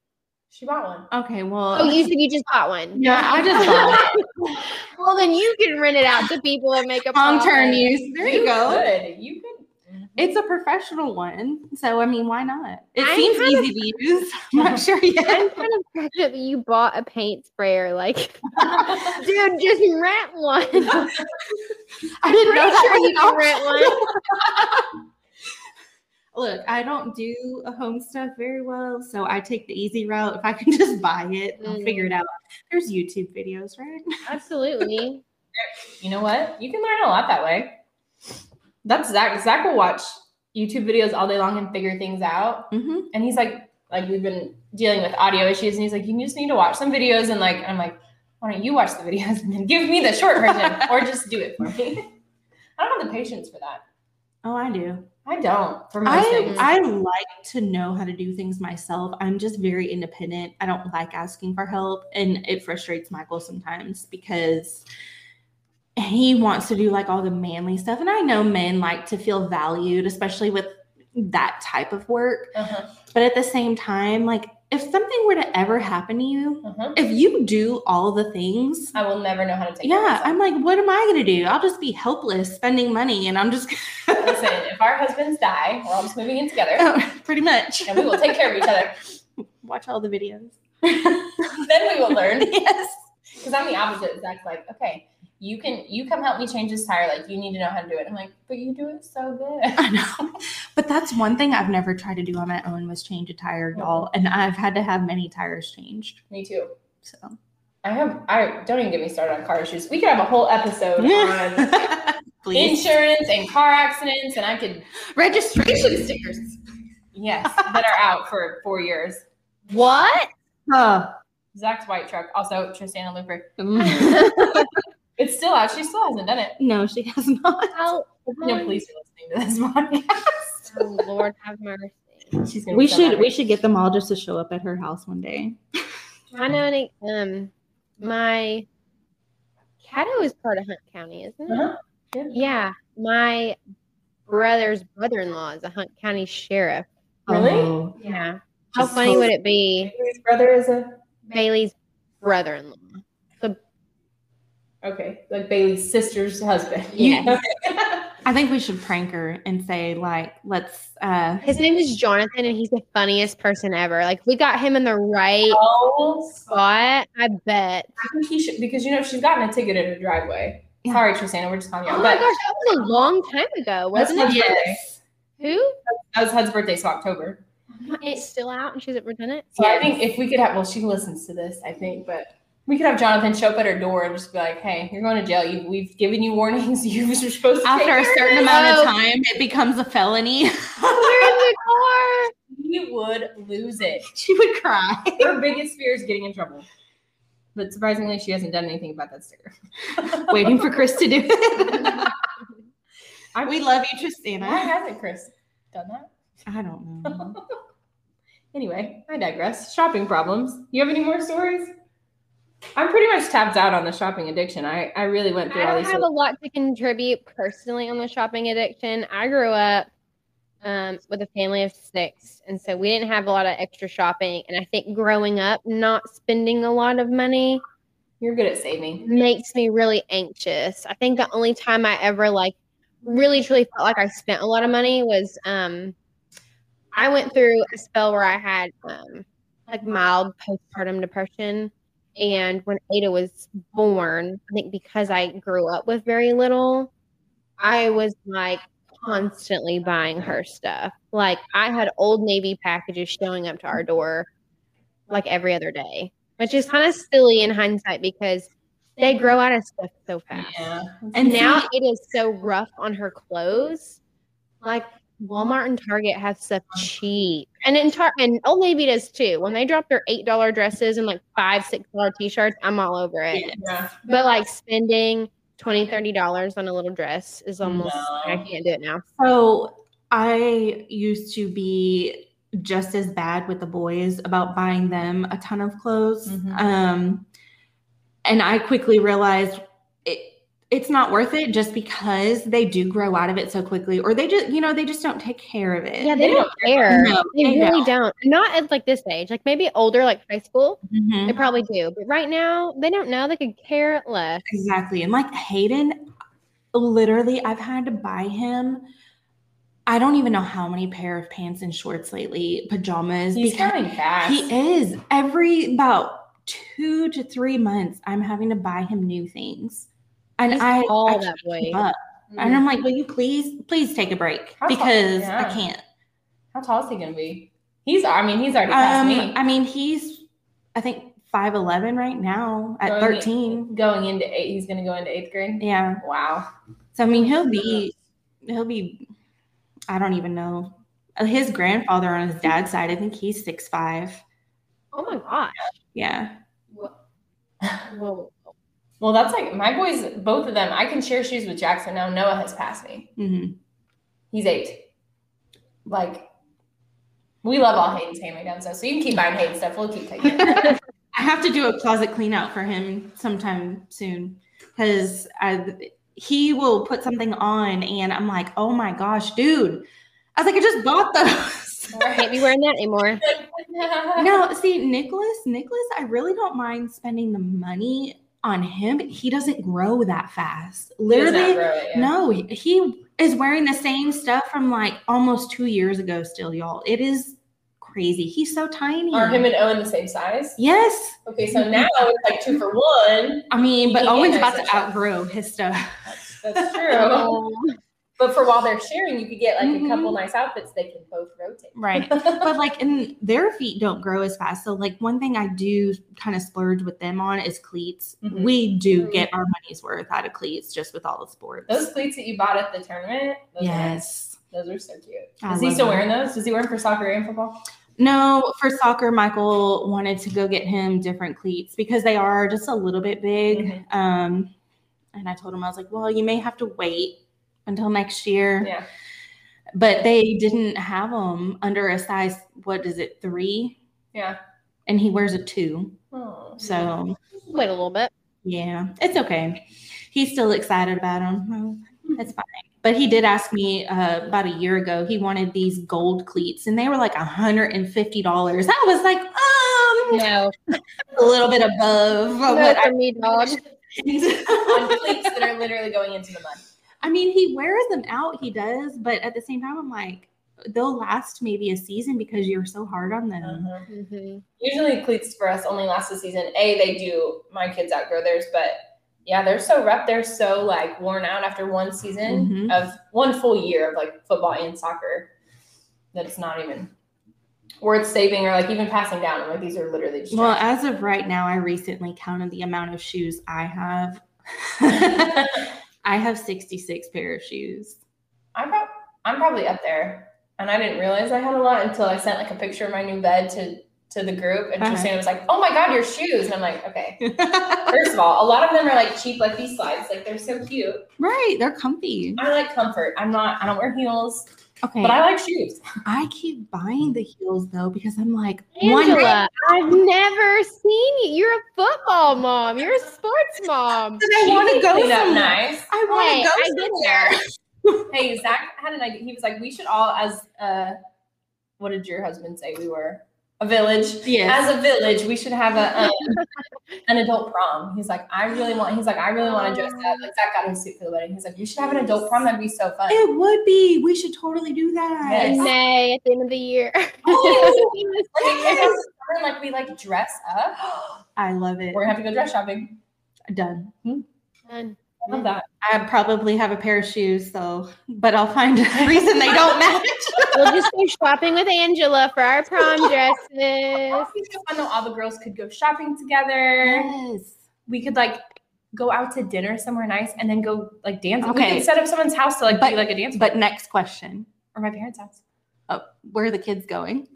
[SPEAKER 5] She bought one.
[SPEAKER 4] okay. Well,
[SPEAKER 3] Oh, you said you just bought one.
[SPEAKER 4] yeah, I just bought
[SPEAKER 3] Well, then you can rent it out to people that make a
[SPEAKER 4] long term
[SPEAKER 3] profit.
[SPEAKER 4] use. There you go.
[SPEAKER 5] Could. You could. Mhm.
[SPEAKER 4] It's a professional one. So, I mean, why not? It
[SPEAKER 3] I'm
[SPEAKER 4] seems
[SPEAKER 3] kind of-
[SPEAKER 4] easy to use. I'm not sure yet.
[SPEAKER 3] I'm kind of pregnant that you bought a paint sprayer. Like, dude, just rent one. Pretty sure
[SPEAKER 4] I didn't know that was
[SPEAKER 3] you
[SPEAKER 4] an
[SPEAKER 3] can
[SPEAKER 4] option.
[SPEAKER 3] rent one.
[SPEAKER 4] Look, I don't do home stuff very well, so I take the easy route. If I can just buy it, I'll figure it out. There's YouTube videos, right?
[SPEAKER 3] Absolutely.
[SPEAKER 5] you know what? You can learn a lot that way. That's Zach. Zach will watch YouTube videos all day long and figure things out.
[SPEAKER 4] Mm-hmm.
[SPEAKER 5] And he's like, like we've been dealing with audio issues, and he's like, you just need to watch some videos. And like, I'm like, why don't you watch the videos and then give me the short version, or just do it for me? I don't have the patience for that.
[SPEAKER 4] Oh, I do.
[SPEAKER 5] I don't for most
[SPEAKER 4] I
[SPEAKER 5] things.
[SPEAKER 4] I like to know how to do things myself. I'm just very independent. I don't like asking for help, and it frustrates Michael sometimes because he wants to do like all the manly stuff, and I know men like to feel valued, especially with that type of work.
[SPEAKER 5] uh-huh,
[SPEAKER 4] But at the same time, like if something were to ever happen to you,
[SPEAKER 5] uh-huh.
[SPEAKER 4] if you do all the things,
[SPEAKER 5] I will never know how to take. care of
[SPEAKER 4] yeah,
[SPEAKER 5] myself.
[SPEAKER 4] I'm like, what am I gonna do? I'll just be helpless spending money and I'm just
[SPEAKER 5] Listen, if our husbands die, we're all just moving in together,
[SPEAKER 4] pretty much
[SPEAKER 5] and we will take care of each other.
[SPEAKER 4] watch all the videos.
[SPEAKER 5] Then we will learn.
[SPEAKER 4] yes.
[SPEAKER 5] Because I'm the opposite. Zach's like, okay, you can you come help me change this tire. Like you need to know how to do it. I'm like, but you do it so good.
[SPEAKER 4] I know. But that's one thing I've never tried to do on my own was change a tire, y'all. And I've had to have many tires changed.
[SPEAKER 5] me too.
[SPEAKER 4] So
[SPEAKER 5] I have I don't even get me started on car issues. We could have a whole episode on
[SPEAKER 4] please.
[SPEAKER 5] insurance and car accidents, and I could
[SPEAKER 4] Registration stickers.
[SPEAKER 5] yes, that are out for four years.
[SPEAKER 3] What?
[SPEAKER 4] Oh.
[SPEAKER 5] Zach's white truck, also Tristana Looper. It's still out. She still hasn't done it.
[SPEAKER 4] no, she has not.
[SPEAKER 3] Oh,
[SPEAKER 5] No police are listening to this podcast.
[SPEAKER 3] oh, Lord have mercy.
[SPEAKER 5] She's gonna
[SPEAKER 4] We
[SPEAKER 5] be so
[SPEAKER 4] should
[SPEAKER 5] mad.
[SPEAKER 4] we should get them all just to show up at her house one day.
[SPEAKER 3] I know. an e- Um, my Caddo is part of Hunt County, isn't it?
[SPEAKER 5] Uh-huh. Yeah.
[SPEAKER 3] Yeah. My brother's brother-in-law is a Hunt County sheriff.
[SPEAKER 5] Really?
[SPEAKER 4] Oh.
[SPEAKER 3] Yeah. How
[SPEAKER 4] Just
[SPEAKER 3] funny
[SPEAKER 4] tell-
[SPEAKER 3] would it be?
[SPEAKER 5] His brother is a
[SPEAKER 3] Bailey's brother-in-law.
[SPEAKER 5] okay, like Bailey's sister's husband.
[SPEAKER 4] Yes.
[SPEAKER 5] Okay.
[SPEAKER 4] I think we should prank her and say like, let's. uh
[SPEAKER 3] His name is Jonathan, and he's the funniest person ever. Like we got him in the right
[SPEAKER 5] Oh,
[SPEAKER 3] spot. I bet.
[SPEAKER 5] I think he should because you know she's gotten a ticket in her driveway.
[SPEAKER 4] Yeah.
[SPEAKER 5] Sorry, Tristana, we're just calling you
[SPEAKER 3] Oh
[SPEAKER 5] out.
[SPEAKER 3] my
[SPEAKER 5] But
[SPEAKER 3] gosh, that was a long time
[SPEAKER 5] that's
[SPEAKER 3] ago, wasn't
[SPEAKER 5] Hud's
[SPEAKER 3] it?
[SPEAKER 5] birthday.
[SPEAKER 3] Who?
[SPEAKER 5] That was Hud's birthday, so October.
[SPEAKER 3] It's still out, and she's at Redundant.
[SPEAKER 5] So I think if we could have, well, she listens to this, I think, but We could have Jonathan show up at her door and just be like, "Hey, you're going to jail. You, we've given you warnings. You were supposed to." take
[SPEAKER 4] After a
[SPEAKER 5] care of
[SPEAKER 4] certain
[SPEAKER 5] this."
[SPEAKER 4] amount of time, it becomes a felony.
[SPEAKER 5] he would lose it.
[SPEAKER 4] she would cry.
[SPEAKER 5] Her biggest fear is getting in trouble. But surprisingly, she hasn't done anything about that sticker.
[SPEAKER 4] Waiting for Chris to do it. we love you,
[SPEAKER 5] Why
[SPEAKER 4] Tristana.
[SPEAKER 5] hasn't Chris done that?
[SPEAKER 4] I don't know.
[SPEAKER 5] Mm-hmm. Anyway, I digress. Shopping problems. You have any more stories? I'm pretty much tapped out on the shopping addiction. I, I really went through
[SPEAKER 3] I
[SPEAKER 5] all
[SPEAKER 3] don't
[SPEAKER 5] these.
[SPEAKER 3] have a lot to contribute personally on the shopping addiction. I grew up um, with a family of six, and so we didn't have a lot of extra shopping. And I think growing up, not spending a lot of money
[SPEAKER 5] You're good at saving.
[SPEAKER 3] makes me really anxious. I think the only time I ever like really truly felt like I spent a lot of money was um, I went through a spell where I had um, like mild postpartum depression. And when Ada was born, I think because I grew up with very little, I was like constantly buying her stuff. Like I had old Navy packages showing up to our door like every other day, which is kind of silly in hindsight because they grow out of stuff so fast.
[SPEAKER 5] Yeah.
[SPEAKER 4] And
[SPEAKER 3] Now
[SPEAKER 4] now,
[SPEAKER 3] it is so rough on her clothes. Like Walmart and Target have stuff cheap, and in Tar- and Old Navy does too. When they drop their eight dollar dresses and like five six dollar t shirts, I'm all over it.
[SPEAKER 5] Yeah.
[SPEAKER 3] But like spending twenty thirty dollars on a little dress is almost I
[SPEAKER 5] No.
[SPEAKER 3] can't do it now.
[SPEAKER 4] so I used to be just as bad with the boys about buying them a ton of clothes.
[SPEAKER 5] Mhm.
[SPEAKER 4] Um, and I quickly realized it, it's not worth it just because they do grow out of it so quickly, or they just, you know, they just don't take care of it.
[SPEAKER 3] Yeah, they, don't care.
[SPEAKER 4] No,
[SPEAKER 3] they
[SPEAKER 4] they
[SPEAKER 3] really
[SPEAKER 4] don't.
[SPEAKER 3] don't. Not at like this age. Like maybe older, like high school,
[SPEAKER 4] Mhm.
[SPEAKER 3] they probably do. But right now, they don't know. They could care less.
[SPEAKER 4] Exactly. And like Hayden, literally, I've had to buy him. I don't even know how many pair of pants and shorts lately, pajamas.
[SPEAKER 5] He's
[SPEAKER 4] because-
[SPEAKER 5] coming fast.
[SPEAKER 4] he is every about two to three months. I'm having to buy him new things, and
[SPEAKER 3] He's
[SPEAKER 4] I
[SPEAKER 3] all
[SPEAKER 4] I
[SPEAKER 3] that
[SPEAKER 4] can't keep
[SPEAKER 3] way.
[SPEAKER 4] up. And I'm like, will you please, please take a break
[SPEAKER 5] How tall-
[SPEAKER 4] because
[SPEAKER 5] yeah.
[SPEAKER 4] I can't.
[SPEAKER 5] How tall is he gonna be? He's. I mean, he's already past
[SPEAKER 4] Um,
[SPEAKER 5] me.
[SPEAKER 4] I mean, he's I think five eleven right now at
[SPEAKER 5] Going in-
[SPEAKER 4] thirteen.
[SPEAKER 5] going into eight. He's gonna go into eighth grade.
[SPEAKER 4] Yeah.
[SPEAKER 5] Wow.
[SPEAKER 4] So I mean, he'll be, he'll be, I don't even know. Uh, His grandfather on his dad's side, I think he's six five.
[SPEAKER 3] Oh my gosh.
[SPEAKER 4] Yeah.
[SPEAKER 3] Whoa.
[SPEAKER 5] Well, that's like my boys. Both of them. I can share shoes with Jackson now. Noah has passed me.
[SPEAKER 4] hmm
[SPEAKER 5] He's eight. Like, we love all Hayden's hand down stuff. So you can keep buying Hayden stuff. We'll keep taking it.
[SPEAKER 4] I have to do a closet clean out for him sometime soon because I he will put something on and I'm like, oh my gosh, dude. I was like, I just bought those.
[SPEAKER 3] Can't be wearing that anymore.
[SPEAKER 4] no, see, Nicholas, Nicholas, I really don't mind spending the money on him. but He doesn't grow that fast. Literally, No, he- he is wearing the same stuff from like almost two years ago, still, y'all. It is crazy. He's so tiny.
[SPEAKER 5] Are him and Owen the same size?
[SPEAKER 4] yes.
[SPEAKER 5] Okay, so now it's like two for one.
[SPEAKER 4] I mean, but
[SPEAKER 5] Yeah,
[SPEAKER 4] Owen's
[SPEAKER 5] yeah,
[SPEAKER 4] about
[SPEAKER 5] that's
[SPEAKER 4] to outgrow his stuff.
[SPEAKER 5] That's true. but for while they're sharing, you could get like a couple
[SPEAKER 4] Mhm.
[SPEAKER 5] nice outfits they can both rotate.
[SPEAKER 4] Right. but like, and their feet don't grow as fast. So, like, one thing I do kind of splurge with them on is cleats.
[SPEAKER 5] Mhm.
[SPEAKER 4] We do
[SPEAKER 3] Mhm.
[SPEAKER 4] get our money's worth out of cleats just with all the sports.
[SPEAKER 5] Those cleats that you bought at the tournament, those
[SPEAKER 4] yes.
[SPEAKER 5] are, those are so cute.
[SPEAKER 4] I
[SPEAKER 5] Is he
[SPEAKER 4] love
[SPEAKER 5] still
[SPEAKER 4] them.
[SPEAKER 5] wearing those? Does he wear them for soccer and football?
[SPEAKER 4] No, for soccer, Michael wanted to go get him different cleats because they are just a little bit big.
[SPEAKER 5] Mhm.
[SPEAKER 4] Um, and I told him, I was like, well, you may have to wait until next year.
[SPEAKER 5] Yeah.
[SPEAKER 4] But they didn't have them under a size, what is it, three?
[SPEAKER 5] Yeah.
[SPEAKER 4] And he wears a two.
[SPEAKER 5] Oh.
[SPEAKER 4] So,
[SPEAKER 3] Wait a little bit.
[SPEAKER 4] yeah, it's okay. He's still excited about them. It's fine. But he did ask me uh, about a year ago, he wanted these gold cleats and they were like $150. I was like, um,
[SPEAKER 3] No.
[SPEAKER 4] a little bit above
[SPEAKER 5] Oh,
[SPEAKER 3] No
[SPEAKER 4] what I
[SPEAKER 3] for me, dog.
[SPEAKER 5] on cleats that are literally going into the mud.
[SPEAKER 4] I mean, he wears them out, he does, but at the same time, I'm like, they'll last maybe a season because you're so hard on them.
[SPEAKER 5] Uh-huh.
[SPEAKER 3] Mm-hmm.
[SPEAKER 5] usually cleats for us only last a season. A, they do my kids outgrow theirs, but yeah, they're so rough. They're so like worn out after one season
[SPEAKER 4] Mhm.
[SPEAKER 5] of one full year of like football and soccer that it's not even word saving or like even passing down. I'm like, these are literally just
[SPEAKER 4] Well, as of right now, I recently counted the amount of shoes I have. I have 66 pair of shoes.
[SPEAKER 5] I'm, prob- I'm probably up there. And I didn't realize I had a lot until I sent like a picture of my new bed to to the group. And
[SPEAKER 4] Uh-huh.
[SPEAKER 5] Christina was like, oh my God, your shoes. And I'm like, okay. First of all, a lot of them are like cheap, like these slides. Like they're so cute.
[SPEAKER 4] right, they're comfy.
[SPEAKER 5] I like comfort. I'm not, I don't wear heels,
[SPEAKER 4] Okay,
[SPEAKER 5] but I like shoes.
[SPEAKER 4] I keep buying the heels though because I'm like, one day
[SPEAKER 3] Angela, I've never seen you. You're a football mom. You're a sports mom.
[SPEAKER 4] I
[SPEAKER 5] She
[SPEAKER 4] want to
[SPEAKER 5] can
[SPEAKER 4] go
[SPEAKER 5] clean up
[SPEAKER 4] somewhere.
[SPEAKER 5] nice.
[SPEAKER 4] I want to
[SPEAKER 3] Hey,
[SPEAKER 4] go
[SPEAKER 3] I get
[SPEAKER 4] somewhere.
[SPEAKER 5] Hey, Zach had an idea. He was like, we should all, as uh, what did your husband say we were? A village.
[SPEAKER 4] Yes.
[SPEAKER 5] As a village, we should have a um, an adult prom. He's like, I really want. He's like, I really want to dress up. Like Zach got his suit for the wedding. He's like, we should have an adult prom. That'd be so fun.
[SPEAKER 4] it would be. We should totally do that.
[SPEAKER 5] Yes. Oh.
[SPEAKER 3] In May, at the end of the year.
[SPEAKER 5] Like, if it's summer, like we like dress up.
[SPEAKER 4] I love it.
[SPEAKER 5] We're gonna have to go dress shopping.
[SPEAKER 4] done.
[SPEAKER 5] I love that.
[SPEAKER 4] I probably have a pair of shoes, so but I'll find a reason they don't match.
[SPEAKER 3] we'll just go shopping with Angela for our prom
[SPEAKER 5] I
[SPEAKER 3] dresses.
[SPEAKER 5] think it's fun though. All the girls could go shopping together.
[SPEAKER 4] Yes.
[SPEAKER 5] We could like go out to dinner somewhere nice and then go like dancing. We
[SPEAKER 4] Okay.
[SPEAKER 5] could set up someone's house to like
[SPEAKER 4] But-
[SPEAKER 5] be like a dance
[SPEAKER 4] But next question.
[SPEAKER 5] or my parents' house.
[SPEAKER 4] Oh, where are the kids going?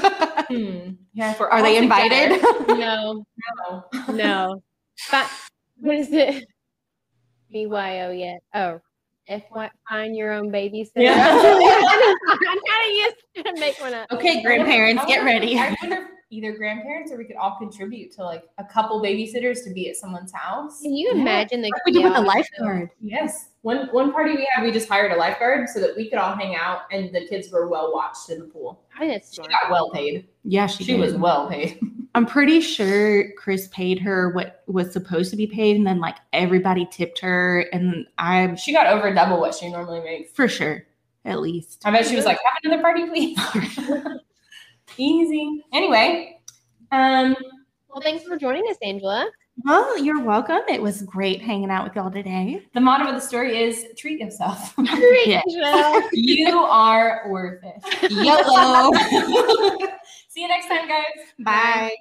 [SPEAKER 5] Hmm. Yeah. if we're
[SPEAKER 4] are
[SPEAKER 5] all
[SPEAKER 4] they
[SPEAKER 5] together.
[SPEAKER 4] invited?
[SPEAKER 3] No,
[SPEAKER 5] No.
[SPEAKER 3] no. Fi- what is it? BYO yet? Oh, F Y. Find your own babysitter.
[SPEAKER 5] Yeah.
[SPEAKER 3] I gotta use to make one up.
[SPEAKER 4] okay, grandparents,
[SPEAKER 5] I
[SPEAKER 4] get
[SPEAKER 5] wonder-
[SPEAKER 4] ready.
[SPEAKER 5] I wonder if either grandparents or we could all contribute to like a couple babysitters to be at someone's house.
[SPEAKER 3] Can you
[SPEAKER 4] Yeah.
[SPEAKER 3] imagine the
[SPEAKER 4] What we do with a
[SPEAKER 3] chaos?
[SPEAKER 4] lifeguard?
[SPEAKER 5] Yes. One one party we had, we just hired a lifeguard so that we could all hang out and the kids were well watched in the pool.
[SPEAKER 3] I think that's
[SPEAKER 5] She
[SPEAKER 3] smart.
[SPEAKER 5] got well paid.
[SPEAKER 4] Yeah, she,
[SPEAKER 5] She
[SPEAKER 4] did.
[SPEAKER 5] was well paid.
[SPEAKER 4] I'm pretty sure Chris paid her what was supposed to be paid, and then like everybody tipped her, and I'm
[SPEAKER 5] She got over double what she normally makes.
[SPEAKER 4] for sure, at least.
[SPEAKER 5] I bet she was like, have another party, please. Easy. Anyway, um,
[SPEAKER 3] Well, thanks for joining us, Angela.
[SPEAKER 4] Well, you're welcome. It was great hanging out with y'all today.
[SPEAKER 5] the motto of the story is treat yourself.
[SPEAKER 4] Yeah.
[SPEAKER 3] Angela.
[SPEAKER 5] you are worth it.
[SPEAKER 4] YOLO.
[SPEAKER 5] See you next time, guys.
[SPEAKER 4] Bye.